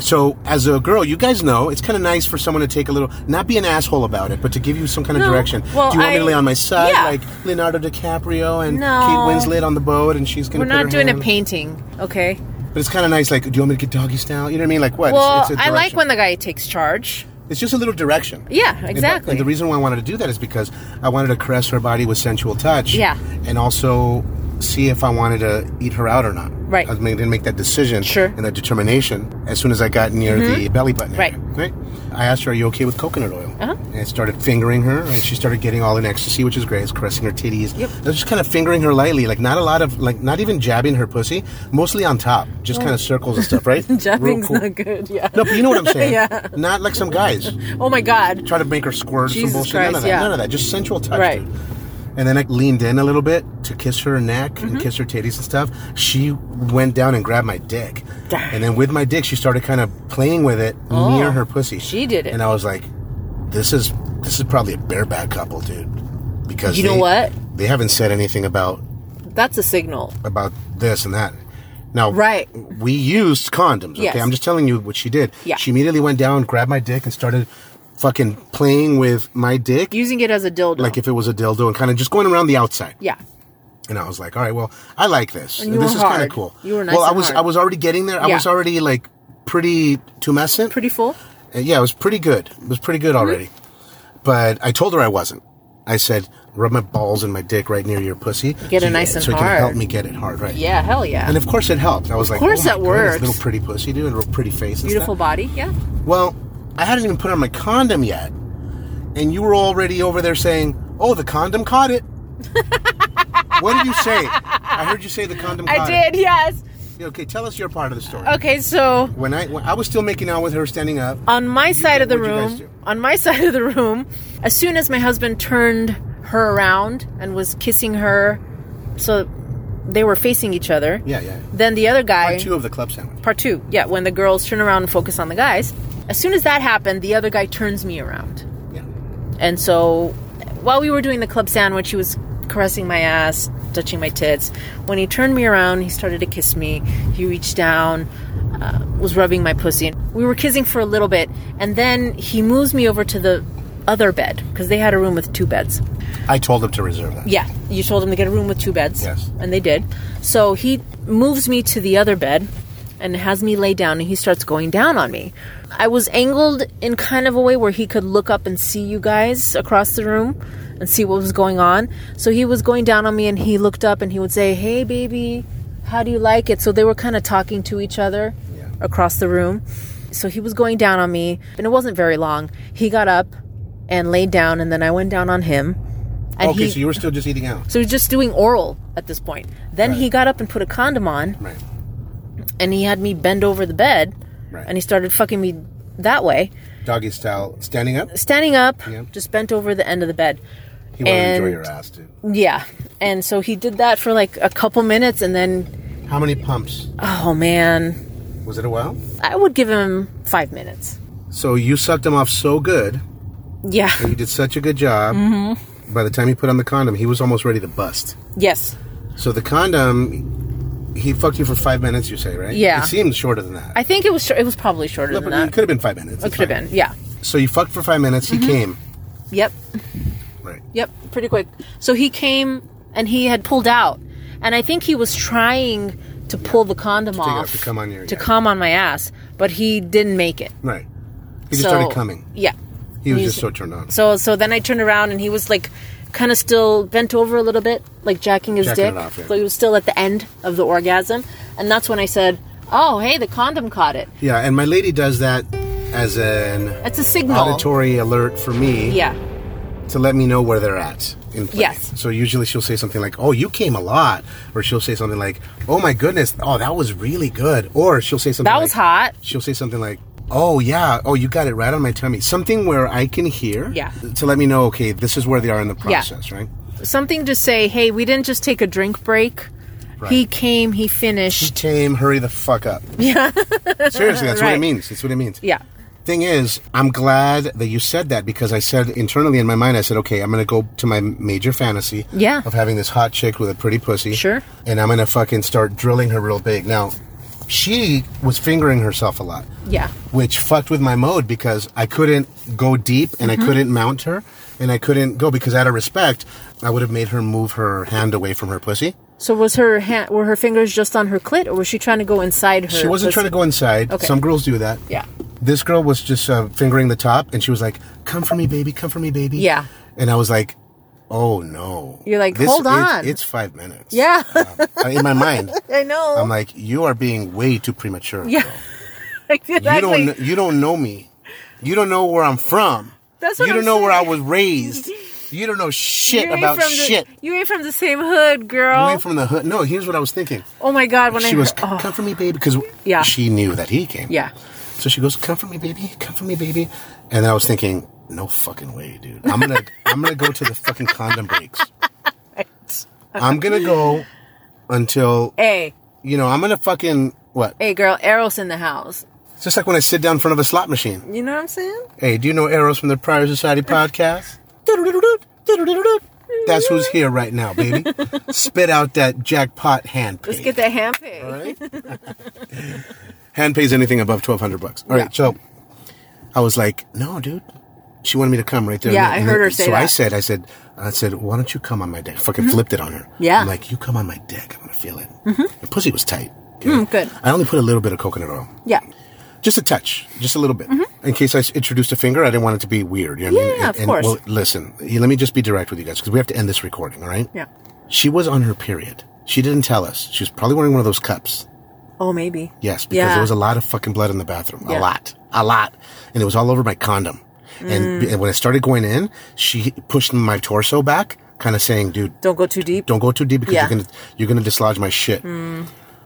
Speaker 2: So as a girl, you guys know it's kind of nice for someone to take a little, not be an asshole about it, but to give you some kind of
Speaker 4: No.
Speaker 2: direction.
Speaker 4: Well,
Speaker 2: Do you want me
Speaker 4: I-
Speaker 2: to lay on my side
Speaker 4: Yeah.
Speaker 2: like Leonardo DiCaprio and
Speaker 4: No.
Speaker 2: Kate Winslet on the boat, and she's gonna?
Speaker 4: We're
Speaker 2: put
Speaker 4: not
Speaker 2: her
Speaker 4: doing a
Speaker 2: hand-
Speaker 4: painting, okay?
Speaker 2: But it's kind of nice. Like, do you want me to get doggy style? You know what I mean? Like what? It's-
Speaker 4: Well,
Speaker 2: it's a
Speaker 4: I like
Speaker 2: direction.
Speaker 4: when the guy takes charge.
Speaker 2: It's just a little direction.
Speaker 4: Yeah,
Speaker 2: And the- And the,
Speaker 4: exactly.
Speaker 2: reason why I wanted to do that is because I wanted to caress her body with sensual touch.
Speaker 4: Yeah.
Speaker 2: And also see if I wanted to eat her out or not.
Speaker 4: Right.
Speaker 2: I was made- didn't make that decision
Speaker 4: Sure. Mm-hmm.
Speaker 2: and that determination as soon as I got near the belly button. area,
Speaker 4: Right.
Speaker 2: Right. I asked her, "Are you okay with coconut oil?" Uh-huh. And I started fingering her, and she started getting all in ecstasy, which is great. It's caressing her titties. Yep. I was just kind of fingering her lightly, like not a lot of, like not even jabbing her pussy, mostly on top, just kind of circles and stuff. Right. Real
Speaker 4: Oh. Jabbing's
Speaker 2: cool.
Speaker 4: not good. Yeah.
Speaker 2: No, but you know what I'm saying.
Speaker 4: Yeah.
Speaker 2: Not like some guys
Speaker 4: Oh my god.
Speaker 2: try to make her squirt
Speaker 4: Jesus
Speaker 2: some bullshit. none of
Speaker 4: Christ,
Speaker 2: that.
Speaker 4: yeah.
Speaker 2: None of that. Just sensual touch.
Speaker 4: Right.
Speaker 2: dude. And then I leaned in a little bit to kiss her neck
Speaker 4: Mm-hmm.
Speaker 2: and kiss her titties and stuff. She went down and grabbed my dick. And then with my dick, she started kind of playing with it near her pussy.
Speaker 4: Oh, she did it.
Speaker 2: And I was like, this is this is probably a bareback couple, dude. Because
Speaker 4: You know
Speaker 2: they-
Speaker 4: what?
Speaker 2: They haven't said anything about
Speaker 4: That's a signal.
Speaker 2: about this and that. Now,
Speaker 4: Right.
Speaker 2: We used condoms. Okay,
Speaker 4: Yes.
Speaker 2: I'm just telling you what she did.
Speaker 4: Yeah.
Speaker 2: She immediately went down, grabbed my dick, and started fucking playing with my dick,
Speaker 4: Using it as a dildo.
Speaker 2: like if it was a dildo, and kind of just going around the outside.
Speaker 4: yeah.
Speaker 2: And I was like, all right, well, I like this.
Speaker 4: you
Speaker 2: this
Speaker 4: were
Speaker 2: is kind of
Speaker 4: hard.
Speaker 2: cool.
Speaker 4: You were nice
Speaker 2: Well, I
Speaker 4: and
Speaker 2: was
Speaker 4: hard.
Speaker 2: I was already getting there. I
Speaker 4: Yeah.
Speaker 2: was already like pretty tumescent.
Speaker 4: Pretty Mm-hmm. full.
Speaker 2: Uh, Yeah, it was pretty good. It was pretty good already. But I told her I wasn't. I said, rub my balls and my dick right near your pussy.
Speaker 4: Get
Speaker 2: so
Speaker 4: it
Speaker 2: you-
Speaker 4: nice and
Speaker 2: so you can help
Speaker 4: hard.
Speaker 2: me get it hard, right?
Speaker 4: Yeah. Hell yeah.
Speaker 2: And of course it helped. I was like,
Speaker 4: course
Speaker 2: oh my
Speaker 4: that
Speaker 2: goodness,
Speaker 4: works.
Speaker 2: Little pretty pussy, dude. Little pretty face. And
Speaker 4: Beautiful
Speaker 2: Stuff.
Speaker 4: body. Yeah.
Speaker 2: Well, I hadn't even put on my condom yet, and you were already over there saying, "Oh, the condom caught it." what did you say? I heard you say the condom.
Speaker 4: I
Speaker 2: caught
Speaker 4: did. Yes.
Speaker 2: It. Okay, tell us your part of the story.
Speaker 4: Okay. So
Speaker 2: When I when I was still making out with her standing up.
Speaker 4: on my side of the
Speaker 2: what'd you guys
Speaker 4: room,
Speaker 2: do?
Speaker 4: on my side of the room, as soon as my husband turned her around and was kissing her, so they were facing each other.
Speaker 2: Yeah, yeah.
Speaker 4: Then the other guy.
Speaker 2: Part two of the club sandwich.
Speaker 4: part two. Yeah, when the girls turn around and focus on the guys. As soon as that happened, the other guy turns me around.
Speaker 2: Yeah.
Speaker 4: And so while we were doing the club sandwich, he was caressing my ass, touching my tits. When he turned me around, he started to kiss me. He reached down, uh, was rubbing my pussy. We were kissing for a little bit, and then he moves me over to the other bed because they had a room with two beds.
Speaker 2: I told him to reserve that.
Speaker 4: Yeah, you told them to get a room with two beds.
Speaker 2: Yes.
Speaker 4: And they did. So he moves me to the other bed and has me lay down and he starts going down on me. I was angled in kind of a way where he could look up and see you guys across the room and see what was going on. So he was going down on me and he looked up and he would say, "Hey baby, how do you like it?" So they were kind of talking to each other across the room. So he was going down on me, and it wasn't very long. He got up and laid down and then I went down on him. And
Speaker 2: Oh, okay,
Speaker 4: he,
Speaker 2: so you were still just eating out.
Speaker 4: so he was just doing oral at this point. Then he got up and put a condom on,
Speaker 2: Right.
Speaker 4: and he had me bend over the bed,
Speaker 2: Right.
Speaker 4: and he started fucking me that way.
Speaker 2: Doggy style, standing up.
Speaker 4: Standing up,
Speaker 2: Yeah.
Speaker 4: just bent over the end of the bed.
Speaker 2: He wanted to enjoy
Speaker 4: And-
Speaker 2: your ass, dude.
Speaker 4: Yeah. And so he did that for like a couple minutes, and then,
Speaker 2: How many pumps?
Speaker 4: oh man,
Speaker 2: Was it a while?
Speaker 4: I would give him five minutes.
Speaker 2: So you sucked him off so good.
Speaker 4: Yeah.
Speaker 2: You did such a good job
Speaker 4: Mm-hmm.
Speaker 2: By the time he put on the condom, he was almost ready to bust.
Speaker 4: Yes.
Speaker 2: So the condom, he fucked you for five minutes, you say, right?
Speaker 4: Yeah.
Speaker 2: It seems shorter than that.
Speaker 4: I think it was shor- it was probably shorter
Speaker 2: No,
Speaker 4: than
Speaker 2: but
Speaker 4: that.
Speaker 2: it could have been five minutes.
Speaker 4: It
Speaker 2: It's
Speaker 4: could
Speaker 2: fine.
Speaker 4: have been. Mm-hmm. Yeah.
Speaker 2: So you fucked for five minutes. He came.
Speaker 4: Yep.
Speaker 2: Right.
Speaker 4: Yep. Pretty quick. So he came and he had pulled out, and I think he was trying to pull the condom
Speaker 2: it
Speaker 4: off
Speaker 2: off, to come on your-
Speaker 4: to
Speaker 2: yeah.
Speaker 4: come on my ass, but he didn't make it.
Speaker 2: Right. He just
Speaker 4: so,
Speaker 2: started coming.
Speaker 4: Yeah.
Speaker 2: He was
Speaker 4: he's-
Speaker 2: just so turned on.
Speaker 4: So so then I turned around and he was like, kind of still bent over a little bit, like jacking his
Speaker 2: Jacking
Speaker 4: dick.
Speaker 2: it off, yeah.
Speaker 4: So he was still at the end of the orgasm, and that's when I said, "Oh, hey, the condom caught it."
Speaker 2: Yeah, and my lady does that as an
Speaker 4: That's a signal.
Speaker 2: auditory alert for me
Speaker 4: Yeah.
Speaker 2: to let me know where they're at. In play.
Speaker 4: Yes.
Speaker 2: So usually she'll say something like, "Oh, you came a lot," or she'll say something like, "Oh my goodness, oh that was really good," or she'll say something
Speaker 4: That
Speaker 2: like,
Speaker 4: was hot.
Speaker 2: She'll say something like, "Oh yeah, oh you got it right on my tummy," something where I can hear.
Speaker 4: Yeah.
Speaker 2: To let me know, okay, this is where they are in the process, right?
Speaker 4: something to say, hey, we didn't just take a drink break.
Speaker 2: Right.
Speaker 4: He came, he finished.
Speaker 2: Tame, hurry the fuck up. Yeah. Seriously, that's what it
Speaker 4: Right.
Speaker 2: means. That's what it means.
Speaker 4: Yeah.
Speaker 2: Thing is, I'm glad that you said that because I said internally in my mind, I said, okay, I'm going to go to my major fantasy
Speaker 4: Yeah.
Speaker 2: of having this hot chick with a pretty pussy.
Speaker 4: Sure.
Speaker 2: And I'm going to fucking start drilling her real big. Now, she was fingering herself a lot.
Speaker 4: Yeah.
Speaker 2: Which fucked with my mode because I couldn't go deep and
Speaker 4: Mm-hmm.
Speaker 2: I couldn't mount her and I couldn't go because out of respect, I would have made her move her hand away from her pussy.
Speaker 4: So was her hand, were her fingers just on her clit, or was she trying to go inside her?
Speaker 2: She wasn't trying to go inside.
Speaker 4: Okay.
Speaker 2: Some girls do that.
Speaker 4: Yeah.
Speaker 2: This girl was just uh, fingering the top, and she was like, "Come for me, baby. Come for me, baby."
Speaker 4: Yeah.
Speaker 2: And I was like, "Oh no!"
Speaker 4: You're like,
Speaker 2: This
Speaker 4: "Hold
Speaker 2: is-
Speaker 4: on."
Speaker 2: it's five minutes.
Speaker 4: Yeah.
Speaker 2: Uh, in my mind,
Speaker 4: I know.
Speaker 2: I'm like, "You are being way too premature."
Speaker 4: Yeah.
Speaker 2: girl. You
Speaker 4: exactly.
Speaker 2: don't. kn- You don't know me. You don't know where I'm from.
Speaker 4: That's what
Speaker 2: You
Speaker 4: I'm
Speaker 2: don't know where I
Speaker 4: saying.
Speaker 2: was raised. You don't know shit
Speaker 4: You ain't
Speaker 2: about
Speaker 4: from the-
Speaker 2: shit.
Speaker 4: You ain't from the same hood,
Speaker 2: You
Speaker 4: girl.
Speaker 2: ain't from the hood. No, here's what I was thinking.
Speaker 4: oh my god, when I
Speaker 2: she was,
Speaker 4: heard- oh,
Speaker 2: "Come for me, baby," because
Speaker 4: Yeah.
Speaker 2: she knew that he came.
Speaker 4: yeah.
Speaker 2: So she goes, "Come for me, baby. Come for me, baby." And then I was thinking, "No fucking way, dude. I'm gonna I'm gonna go to the fucking condom breaks. I'm gonna go until
Speaker 4: Hey,
Speaker 2: you know I'm gonna fucking what?
Speaker 4: hey, girl, Errol's in the house.
Speaker 2: It's just like when I sit down in front of a slot machine.
Speaker 4: You know what I'm saying?
Speaker 2: Hey, do you know Arrows from the Prior Society podcast? That's who's here right now, baby. Spit out that jackpot hand.
Speaker 4: Let's
Speaker 2: pay.
Speaker 4: get that hand pig.
Speaker 2: All right. Hand pays anything above twelve hundred bucks. All right, so I was like, "No, dude." She wanted me to come right there.
Speaker 4: Yeah,
Speaker 2: And
Speaker 4: I
Speaker 2: and
Speaker 4: heard her say
Speaker 2: So I
Speaker 4: that. Mm-hmm.
Speaker 2: said, "I said, I said, why don't you come on my dick?" Fucking flipped it on her.
Speaker 4: Yeah. Mm-hmm.
Speaker 2: I'm like, "You come on my dick. I'm gonna feel it." Her pussy was tight. okay?
Speaker 4: Mm, good.
Speaker 2: I only put a little bit of coconut oil,
Speaker 4: Yeah. Mm-hmm.
Speaker 2: just a touch, just a little bit, in case I s- introduced a finger. I didn't want it to be weird. You know what I mean?
Speaker 4: Yeah,
Speaker 2: And-
Speaker 4: of
Speaker 2: and,
Speaker 4: course.
Speaker 2: Well, listen, you- let me just be direct with you guys because we have to end this recording. All right?
Speaker 4: Yeah.
Speaker 2: She was on her period. She didn't tell us. She was probably wearing one of those cups.
Speaker 4: Oh, maybe.
Speaker 2: Yes, because there was a lot of fucking blood in the bathroom.
Speaker 4: Yeah.
Speaker 2: A lot. A lot. And it was all over my condom.
Speaker 4: Mm.
Speaker 2: And, and when it started going in, she pushed my torso back, kind of saying, dude,
Speaker 4: Don't go too deep.
Speaker 2: don't go too deep because
Speaker 4: Yeah. Mm.
Speaker 2: you're going to you're gonna dislodge my shit.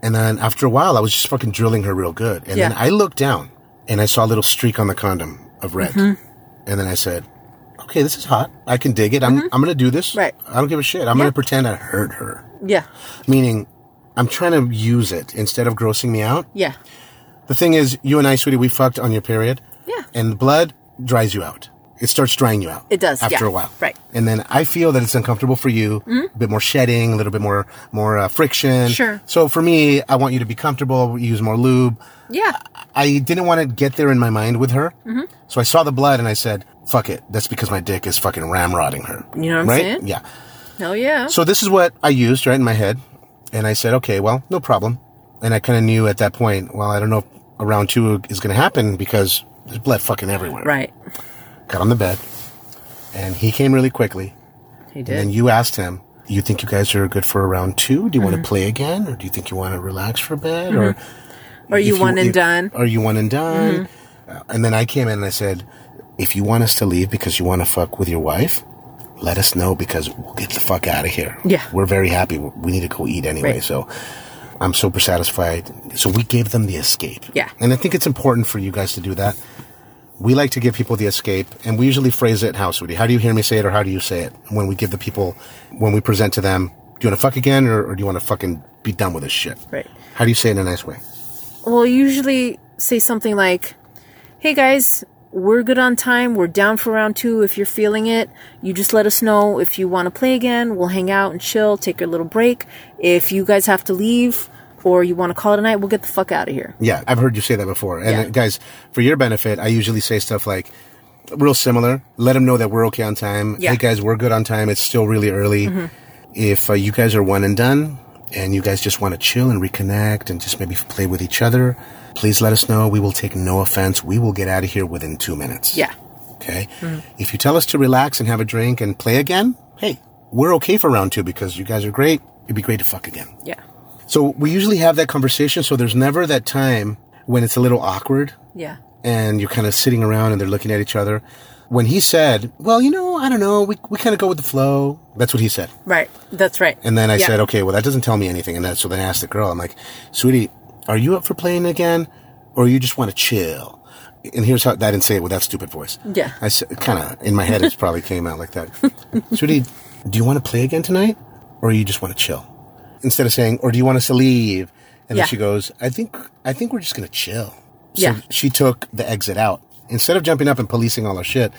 Speaker 2: And then after a while, I was just fucking drilling her real good. And then
Speaker 4: Yeah.
Speaker 2: I looked down and I saw a little streak on the condom of red.
Speaker 4: Mm-hmm.
Speaker 2: And then I said, okay, this is hot. I can dig it. I'm, I'm going to do this.
Speaker 4: Mm-hmm. Right.
Speaker 2: I don't give a shit. I'm going to pretend I hurt her.
Speaker 4: Yeah.
Speaker 2: Meaning, I'm trying to use it instead of grossing me out.
Speaker 4: Yeah.
Speaker 2: The thing is, you and I, sweetie, we fucked on your period.
Speaker 4: Yeah.
Speaker 2: And blood dries you out. It starts drying you out.
Speaker 4: It does,
Speaker 2: After
Speaker 4: yeah.
Speaker 2: a while.
Speaker 4: Right. Mm-hmm.
Speaker 2: And then I feel that it's uncomfortable for you. A bit more shedding, a little bit more more uh, friction.
Speaker 4: Sure.
Speaker 2: So for me, I want you to be comfortable, use more lube.
Speaker 4: Yeah.
Speaker 2: I didn't want to get there in my mind with her. Mm-hmm. So I saw the blood and I said, fuck it. That's because my dick is fucking ramrodding her.
Speaker 4: You know what I'm
Speaker 2: right?
Speaker 4: saying?
Speaker 2: Yeah.
Speaker 4: Hell yeah.
Speaker 2: So this is what I used right in my head, and I said, okay, well, no problem. And I kind of knew at that point, well, I don't know if a round two is going to happen because there's blood fucking everywhere.
Speaker 4: right.
Speaker 2: Got on the bed, and he came really quickly.
Speaker 4: He
Speaker 2: And
Speaker 4: did.
Speaker 2: then you asked him, you think you guys are good for a round two? Do you
Speaker 4: Mm-hmm.
Speaker 2: want to play again, or do you think you want to relax for a bit, or
Speaker 4: Or Mm-hmm. you
Speaker 2: if
Speaker 4: one and
Speaker 2: if-
Speaker 4: done. Mm-hmm.
Speaker 2: Are you one and done? Uh, and then I came in and I said, if you want us to leave because you want to fuck with your wife, let us know because we'll get the fuck out of here.
Speaker 4: Yeah.
Speaker 2: We're very happy. We we need to go eat anyway.
Speaker 4: Right.
Speaker 2: So I'm super satisfied. So we gave them the escape.
Speaker 4: Yeah.
Speaker 2: And I think it's important for you guys to do that. We like to give people the escape, and we usually phrase it how, sweetie? How do you hear me say it, or how do you say it? When we give the people, when we present to them, do you want to fuck again, or, or do you want to fucking be done with this shit?
Speaker 4: Right.
Speaker 2: How do you say it in a nice way?
Speaker 4: we'll usually say something like, "Hey guys, We're good on time. We're down for round two. If you're feeling it, you just let us know. If you want to play again, we'll hang out and chill, take your little break. If you guys have to leave or you want to call it a night, we'll get the fuck out of here.
Speaker 2: Yeah, I've heard you say that before. And
Speaker 4: Yeah.
Speaker 2: uh, guys, for your benefit, I usually say stuff like real similar. Let them know that we're okay on time.
Speaker 4: Yeah. Mm-hmm.
Speaker 2: Hey guys, we're good on time. It's still really early. If uh, you guys are one and done and you guys just want to chill and reconnect and just maybe play with each other, please let us know. We will take no offense. We will get out of here within 2 minutes.
Speaker 4: Yeah. Mm-hmm.
Speaker 2: Okay? If you tell us to relax and have a drink and play again, hey, we're okay for round 2 because you guys are great. It'd be great to fuck again.
Speaker 4: Yeah.
Speaker 2: So we usually have that conversation. So there's never that time when it's a little awkward
Speaker 4: Yeah.
Speaker 2: and you're kind of sitting around and they're looking at each other. When he said, well, you know, I don't know, we, we kind of go with the flow. That's what he said.
Speaker 4: Right. That's right.
Speaker 2: And then I
Speaker 4: Yeah.
Speaker 2: said, okay, well, that doesn't tell me anything. And that, so then I asked the girl, I'm like, sweetie, are you up for playing again or you just want to chill? And here's how I didn't say it with that stupid voice.
Speaker 4: Yeah.
Speaker 2: I said, kind of in my head, it probably came out like that. sweetie, do you want to play again tonight or you just want to chill? Instead of saying, or do you want us to leave? And
Speaker 4: Yeah.
Speaker 2: then she goes, I think, I think we're just going to chill. So
Speaker 4: Yeah.
Speaker 2: she took the exit out. Instead of jumping up and policing all our shit,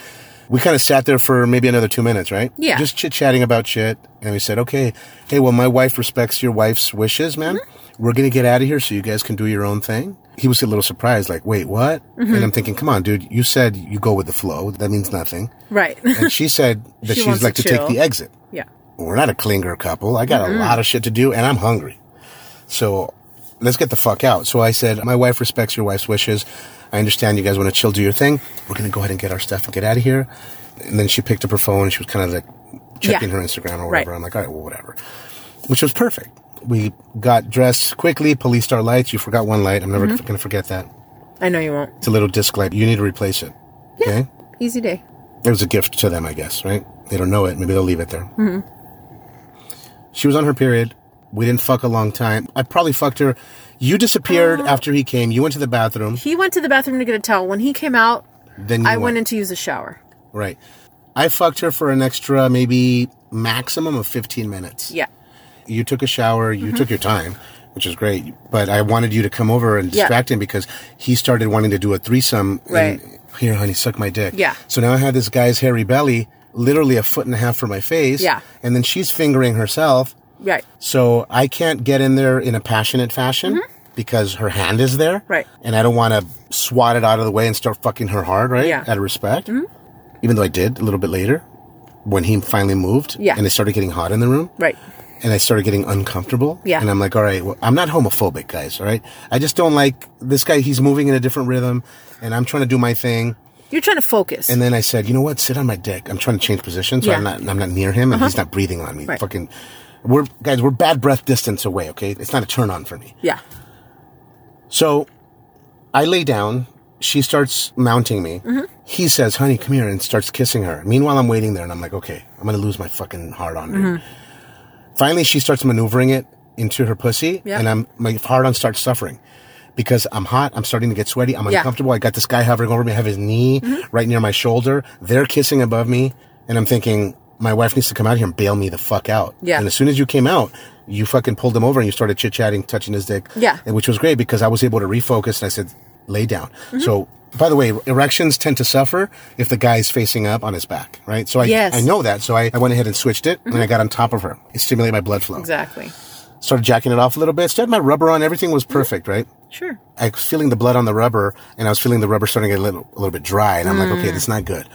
Speaker 2: we kind of sat there for maybe another two minutes, right?
Speaker 4: Yeah.
Speaker 2: Just chit chatting about shit. And we said, okay, hey, well, my wife respects your wife's wishes, man.
Speaker 4: Mm-hmm.
Speaker 2: We're going to get out of here so you guys can do your own thing. He was a little surprised, like, wait, what?
Speaker 4: Mm-hmm.
Speaker 2: And I'm thinking, come on, dude, you said you go with the flow. That means nothing.
Speaker 4: Right.
Speaker 2: And she said that
Speaker 4: She
Speaker 2: she'd
Speaker 4: wants
Speaker 2: like
Speaker 4: to
Speaker 2: to take
Speaker 4: chill.
Speaker 2: the exit
Speaker 4: yeah.
Speaker 2: we're not a clinger couple. I got a lot of shit to do and I'm hungry. So let's get the fuck out. So I said, my wife respects your wife's wishes. I understand you guys want to chill, do your thing. We're going to go ahead and get our stuff and get out of here. And then she picked up her phone and she was kind of like checking
Speaker 4: Yeah.
Speaker 2: her Instagram or
Speaker 4: Right.
Speaker 2: whatever. I'm like, all right, well, whatever. Which was perfect. We got dressed quickly, policed our lights. You forgot one light. I'm never
Speaker 4: Mm-hmm.
Speaker 2: going to forget that.
Speaker 4: I know you won't.
Speaker 2: It's a little disc light. You need to replace it. Okay?
Speaker 4: Easy day.
Speaker 2: It was a gift to them, I guess, right? They don't know it. Maybe they'll leave it there. Mm-hmm. She was on her period. We didn't fuck a long time. I probably fucked her. You
Speaker 4: Oh.
Speaker 2: disappeared after he came. You went to the bathroom.
Speaker 4: He went to the bathroom to get a towel. When he came out,
Speaker 2: Then you
Speaker 4: I went in to use a shower.
Speaker 2: Right. I fucked her for an extra, maybe maximum of 15 minutes.
Speaker 4: Yeah.
Speaker 2: You took a shower. You took your time, which is great. But I wanted you to come over and
Speaker 4: Yeah.
Speaker 2: distract him because he started wanting to do a threesome. and,
Speaker 4: Right.
Speaker 2: Here, honey, suck my dick.
Speaker 4: Yeah.
Speaker 2: So now I had this guy's hairy belly, literally a foot and a half from my face.
Speaker 4: Yeah.
Speaker 2: And then she's fingering herself.
Speaker 4: Right.
Speaker 2: So I can't get in there in a passionate fashion because her hand is there.
Speaker 4: Mm-hmm. Right.
Speaker 2: And I don't want to swat it out of the way and start fucking her hard, right?
Speaker 4: Yeah. Mm-hmm.
Speaker 2: Out of respect. Even though I did a little bit later when he finally moved.
Speaker 4: Yeah.
Speaker 2: And it started getting hot in the room.
Speaker 4: Right.
Speaker 2: And I started getting uncomfortable.
Speaker 4: Yeah.
Speaker 2: And I'm like, all right, well, I'm not homophobic, guys, all right? I just don't like this guy. He's moving in a different rhythm and I'm trying to do my thing.
Speaker 4: You're trying to focus.
Speaker 2: And then I said, you know what? Sit on my dick. I'm trying to change position, so
Speaker 4: Yeah. Uh-huh.
Speaker 2: I'm not I'm not near him, and he's not breathing on me.
Speaker 4: Right.
Speaker 2: Fucking, we're guys, we're bad breath distance away. Okay, it's not a turn on for me.
Speaker 4: yeah.
Speaker 2: So, I lay down. She starts mounting me.
Speaker 4: Mm-hmm.
Speaker 2: He says, "Honey, come here," and starts kissing her. Meanwhile, I'm waiting there, and I'm like, "Okay, I'm gonna lose my fucking heart on." dude." Finally, she starts maneuvering it into her pussy,
Speaker 4: Mm-hmm. Yeah.
Speaker 2: and I'm my heart on starts suffering. Because I'm hot, I'm starting to get sweaty, I'm
Speaker 4: Yeah. Mm-hmm.
Speaker 2: uncomfortable. I got this guy hovering over me, I have his knee right near my shoulder. They're kissing above me, and I'm thinking, my wife needs to come out here and bail me the fuck out.
Speaker 4: Yeah.
Speaker 2: And as soon as you came out, you fucking pulled him over and you started chit chatting, touching his dick.
Speaker 4: Yeah.
Speaker 2: And which was great because I was able to refocus and I said, lay down.
Speaker 4: Mm-hmm.
Speaker 2: So, by the way, erections tend to suffer if the guy's facing up on his back, right? So I,
Speaker 4: Yes. Mm-hmm.
Speaker 2: I know that. So I, I went ahead and switched it and I got on top of her. It stimulated my blood flow.
Speaker 4: Exactly.
Speaker 2: Started jacking it off a little bit. Still had my rubber on. Everything
Speaker 4: Mm-hmm.
Speaker 2: was perfect, right?
Speaker 4: Sure.
Speaker 2: I was feeling the blood on the rubber and I was feeling the rubber starting to get a little, a little bit dry. And I'm like, okay, that's not good.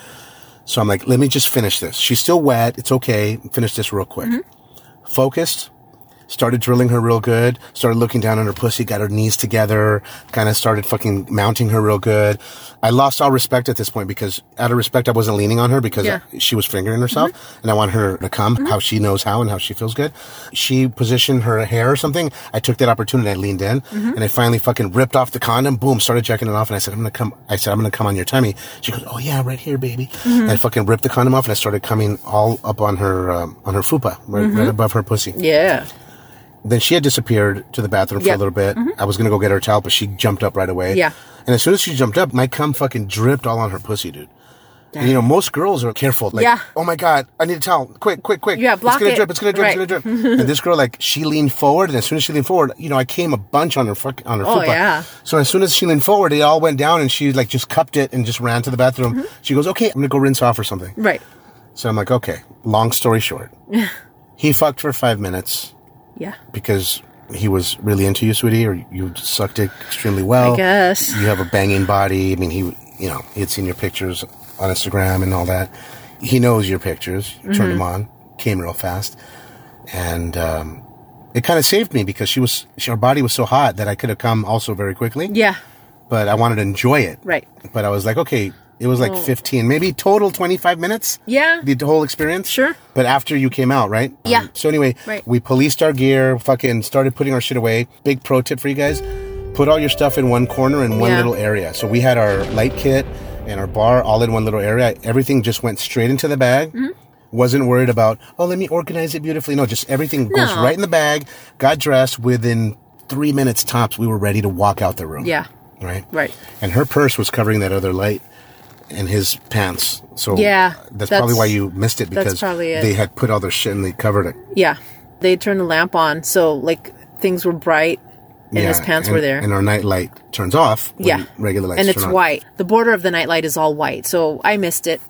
Speaker 2: So I'm like, let me just finish this. She's still wet. It's okay. Finish this real quick. Focused. Started drilling her real good. Started looking down on her pussy. Got her knees together. Kind of started fucking mounting her real good. I lost all respect at this point because out of respect, I wasn't leaning on her because
Speaker 4: Yeah.
Speaker 2: she was fingering herself and I want her to come how she knows how and how she feels good. She positioned her hair or something. I took that opportunity. I leaned in and I finally fucking ripped off the condom. Boom, started checking it off. And I said, I'm going to come. I said, I'm going to come on your tummy. She goes, Oh yeah, right here, baby. And I fucking ripped the condom off and I started coming all up on her, um, on her fupa, right, right above her pussy.
Speaker 4: Yeah.
Speaker 2: Then she had disappeared to the bathroom for
Speaker 4: Yeah.
Speaker 2: a little bit. I was going to go get her towel, but she jumped up right away.
Speaker 4: Mm-hmm. Yeah.
Speaker 2: And as soon as she jumped up, my cum fucking dripped all on her pussy, dude. You know, most girls are careful. Like,
Speaker 4: Yeah.
Speaker 2: oh my God, I need a towel. Quick, quick, quick.
Speaker 4: Yeah, block
Speaker 2: It's gonna
Speaker 4: it.
Speaker 2: drip, it's gonna drip,
Speaker 4: Right.
Speaker 2: it's gonna drip. and this girl, like, she leaned forward, and as soon as she leaned forward, you know, I came a bunch on her fuck, on her
Speaker 4: Oh,
Speaker 2: football.
Speaker 4: yeah.
Speaker 2: So as soon as she leaned forward, it all went down, and she, like, just cupped it and just ran to the bathroom.
Speaker 4: Mm-hmm.
Speaker 2: She goes, okay, I'm gonna go rinse off or something.
Speaker 4: Right.
Speaker 2: So I'm like, okay, long story short. he fucked for five minutes
Speaker 4: Yeah.
Speaker 2: because he was really into you, sweetie, or you sucked it extremely well.
Speaker 4: I guess.
Speaker 2: You have a banging body. I mean, he, you know, he had seen your pictures on Instagram and all that. He knows your pictures. You
Speaker 4: Mm-hmm.
Speaker 2: turned him on, came real fast. And, um, it kind of saved me because she was, she, her body was so hot that I could have come also very quickly.
Speaker 4: Yeah.
Speaker 2: But I wanted to enjoy it.
Speaker 4: Right. Oh.
Speaker 2: But I was like, okay, it was like 15, maybe total 25 minutes.
Speaker 4: Yeah.
Speaker 2: The whole experience.
Speaker 4: Sure.
Speaker 2: But after you came out, right? Um,
Speaker 4: Yeah.
Speaker 2: so anyway,
Speaker 4: Right.
Speaker 2: we policed our gear, fucking started putting our shit away. Big pro tip for you guys. Put all your stuff in one corner in one
Speaker 4: Yeah.
Speaker 2: little area. So we had our light kit and our bar all in one little area. Everything just went straight into the bag.
Speaker 4: Mm-hmm.
Speaker 2: Wasn't worried about, oh, let me organize it beautifully. No, just everything goes
Speaker 4: No.
Speaker 2: right in the bag. Got dressed within three minutes tops. We were ready to walk out the room.
Speaker 4: Yeah.
Speaker 2: Right?
Speaker 4: Right.
Speaker 2: And her purse was covering that other light and his pants. So
Speaker 4: Yeah,
Speaker 2: that's,
Speaker 4: that's-
Speaker 2: probably why you missed it
Speaker 4: that's
Speaker 2: because
Speaker 4: probably it.
Speaker 2: they had put all their shit and they covered it.
Speaker 4: Yeah. They turned the lamp on, so like things were bright, and his pants were there.
Speaker 2: And our night light turns off. when
Speaker 4: yeah.
Speaker 2: Regular lights
Speaker 4: And
Speaker 2: turn
Speaker 4: it's
Speaker 2: on.
Speaker 4: white. The border of the nightlight is all white, so I missed it.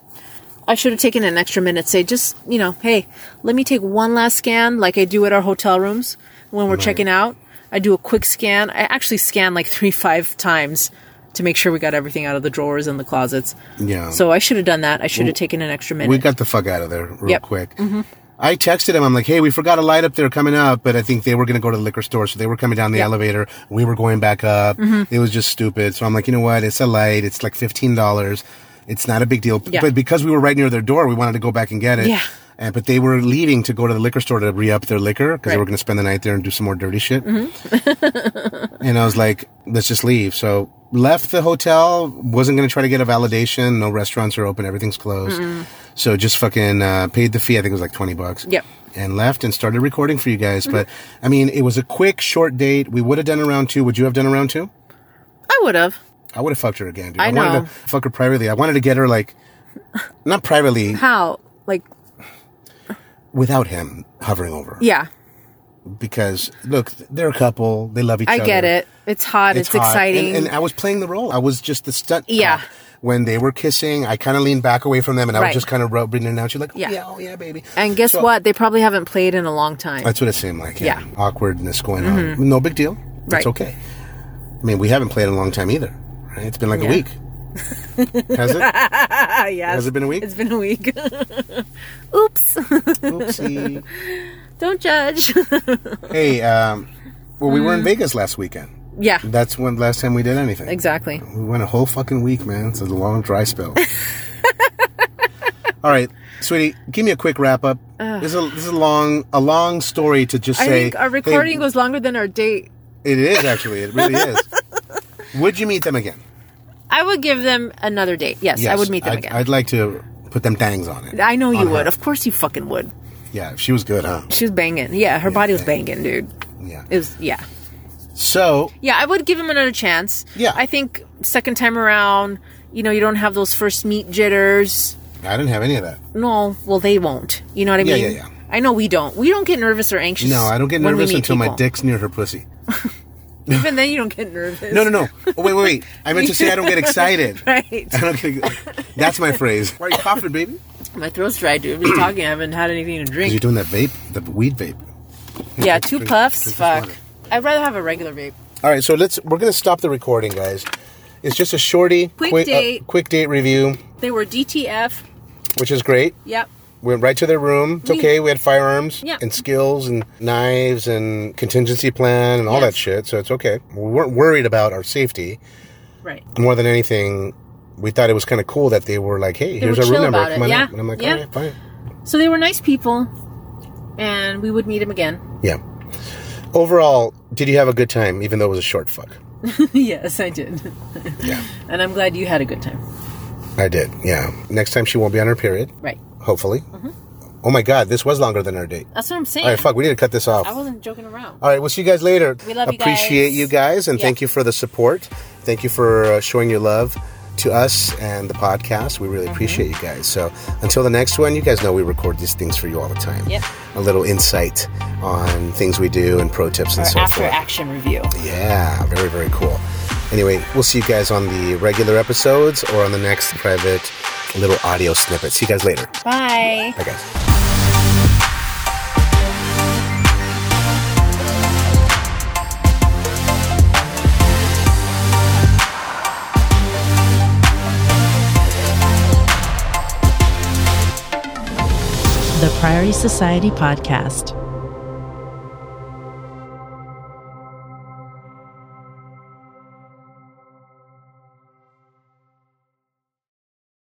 Speaker 4: I should have taken an extra minute. Say, just you know, hey, let me take one last scan, like I do at our hotel rooms when we're checking out. I do a quick scan. I actually scan like three, five times to make sure we got everything out of the drawers and the closets.
Speaker 2: Yeah.
Speaker 4: So I should have done that. I should have taken an extra minute.
Speaker 2: Mm. we got the fuck out of there real
Speaker 4: Yep. Mm-hmm.
Speaker 2: quick. I texted him. I'm like, hey, we forgot a light up there coming up, but I think they were going to go to the liquor store. So they were coming down the elevator. We were going back up.
Speaker 4: Mm-hmm.
Speaker 2: It was just stupid. So I'm like, you know what? It's a light. It's like $15. It's not a big deal.
Speaker 4: Yeah.
Speaker 2: But because we were right near their door, we wanted to go back and get it.
Speaker 4: Yeah.
Speaker 2: And, but they were leaving to go to the liquor store to re up their liquor because they
Speaker 4: Right.
Speaker 2: were going to spend the night there and do some more dirty shit. and I was like, let's just leave. So left the hotel, wasn't going to try to get a validation. No restaurants are open, everything's closed. So just fucking uh, paid the fee. I think it was like 20 bucks.
Speaker 4: Yep. Mm-hmm.
Speaker 2: And left and started recording for you guys. But I mean, it was a quick, short date. We would have done a round two. Would you have done a round two?
Speaker 4: I would have.
Speaker 2: I would have fucked her again, dude.
Speaker 4: I
Speaker 2: wanted
Speaker 4: know.
Speaker 2: to fuck her privately. I wanted to get her like, not privately,
Speaker 4: How? Like,
Speaker 2: without him hovering over.
Speaker 4: yeah.
Speaker 2: Because look, they're a couple. They love each
Speaker 4: I
Speaker 2: other.
Speaker 4: get it. It's hot. It's,
Speaker 2: hot. And-
Speaker 4: exciting.
Speaker 2: And, I was playing the role. I was just the stunt.
Speaker 4: Yeah.
Speaker 2: cop. When they were kissing, I kind of leaned back away from them, and I
Speaker 4: Right.
Speaker 2: was just kind of rubbing it out. She's like, oh,
Speaker 4: Yeah.
Speaker 2: yeah. oh yeah, baby.
Speaker 4: And guess
Speaker 2: So- Uh,
Speaker 4: what? They probably haven't played in a long time.
Speaker 2: That's what it seemed like. Yeah.
Speaker 4: Yeah. Mm-hmm.
Speaker 2: Awkwardness going on. No big deal.
Speaker 4: Right.
Speaker 2: It's okay. I mean, we haven't played in a long time either. Right? It's been like
Speaker 4: Yeah.
Speaker 2: a week. Has it?
Speaker 4: Ah, yes.
Speaker 2: Has it been a week?
Speaker 4: It's been a week. Oops.
Speaker 2: Oopsie.
Speaker 4: Don't judge.
Speaker 2: hey, um, well, we were in
Speaker 4: Mm-hmm.
Speaker 2: Vegas last weekend.
Speaker 4: yeah.
Speaker 2: That's when last time we did anything.
Speaker 4: Exactly.
Speaker 2: We went a whole fucking week, man. It's a long dry spell. All right, sweetie, give me a quick wrap up. This is a this is a long a long story to just
Speaker 4: I
Speaker 2: say.
Speaker 4: think our
Speaker 2: hey,
Speaker 4: recording was longer than our date.
Speaker 2: It is actually. It really is. Would you meet them again?
Speaker 4: I would give them another date. Yes, I would meet them
Speaker 2: I'd,
Speaker 4: again.
Speaker 2: I'd like to put them tangs on it.
Speaker 4: i know you
Speaker 2: on
Speaker 4: would.
Speaker 2: her.
Speaker 4: Of course you fucking would.
Speaker 2: Yeah, she was good, huh?
Speaker 4: She was banging. Yeah, her body was banging, dude.
Speaker 2: Yeah.
Speaker 4: It was yeah.
Speaker 2: So
Speaker 4: Yeah, I would give him another chance.
Speaker 2: Yeah.
Speaker 4: I think second time around, you know, you don't have those first meet jitters.
Speaker 2: I didn't have any of that.
Speaker 4: No, well they won't. You know what I
Speaker 2: Yeah,
Speaker 4: mean?
Speaker 2: yeah, yeah.
Speaker 4: I know we don't. We don't get nervous or anxious.
Speaker 2: No, I don't get
Speaker 4: when we
Speaker 2: nervous
Speaker 4: meet
Speaker 2: until my
Speaker 4: people.
Speaker 2: dick's near her pussy.
Speaker 4: Even then, you don't get nervous.
Speaker 2: No, no, no. Oh, wait, wait, wait. I meant to say I don't get excited.
Speaker 4: Right.
Speaker 2: I don't get. That's my phrase. Why are you coughing, baby?
Speaker 4: My throat's dry, dude. I've been talking. I haven't had anything to
Speaker 2: Because you're
Speaker 4: drink.
Speaker 2: doing that vape, the weed vape.
Speaker 4: Yeah, two
Speaker 2: Drink-
Speaker 4: puffs.
Speaker 2: drink this
Speaker 4: Fuck.
Speaker 2: water.
Speaker 4: I'd rather have a regular vape.
Speaker 2: All right, so let's. We're gonna stop the recording, guys. It's just a shorty,
Speaker 4: Quick
Speaker 2: uh,
Speaker 4: date.
Speaker 2: quick date review,
Speaker 4: They were DTF.
Speaker 2: which is great.
Speaker 4: Yep.
Speaker 2: Went right to their room. It's
Speaker 4: We-
Speaker 2: okay. We had firearms
Speaker 4: Yeah.
Speaker 2: and skills and knives and contingency plan and all
Speaker 4: Yes.
Speaker 2: that shit. So it's okay. We weren't worried about our safety
Speaker 4: Right.
Speaker 2: more than anything. We thought it was kind of cool that they were like, "Hey, here's
Speaker 4: were
Speaker 2: our room
Speaker 4: chill
Speaker 2: number.
Speaker 4: about it,
Speaker 2: Come on
Speaker 4: yeah.
Speaker 2: up." And I'm like,
Speaker 4: Yeah.
Speaker 2: "All right, fine."
Speaker 4: So they were nice people, and we would meet him again.
Speaker 2: Yeah. Overall, did you have a good time? Even though it was a short fuck.
Speaker 4: yes, I did.
Speaker 2: Yeah,
Speaker 4: And I'm glad you had a good time.
Speaker 2: I did. Yeah. Next time she won't be on her period.
Speaker 4: Right.
Speaker 2: Hopefully.
Speaker 4: Mm-hmm.
Speaker 2: Oh my God, this was longer than our date.
Speaker 4: That's what I'm saying.
Speaker 2: All right, fuck, we need to cut this off.
Speaker 4: I
Speaker 2: All
Speaker 4: wasn't joking around.
Speaker 2: right, we'll see you guys later.
Speaker 4: We love you guys.
Speaker 2: Appreciate you guys, and
Speaker 4: Yeah.
Speaker 2: thank you for the support. Thank you for uh, showing your love. to us and the podcast. We
Speaker 4: Mm-hmm.
Speaker 2: really appreciate you guys. So until the next one, you guys know we record these things for you all the time.
Speaker 4: Yep.
Speaker 2: A little insight on things we do and pro tips and
Speaker 4: Our
Speaker 2: so
Speaker 4: after
Speaker 2: forth.
Speaker 4: action review.
Speaker 2: Yeah, very, very cool. Anyway, we'll see you guys on the regular episodes or on the next private little audio snippet. See you guys later.
Speaker 4: Bye.
Speaker 2: Bye, guys.
Speaker 1: The Priory Society Podcast.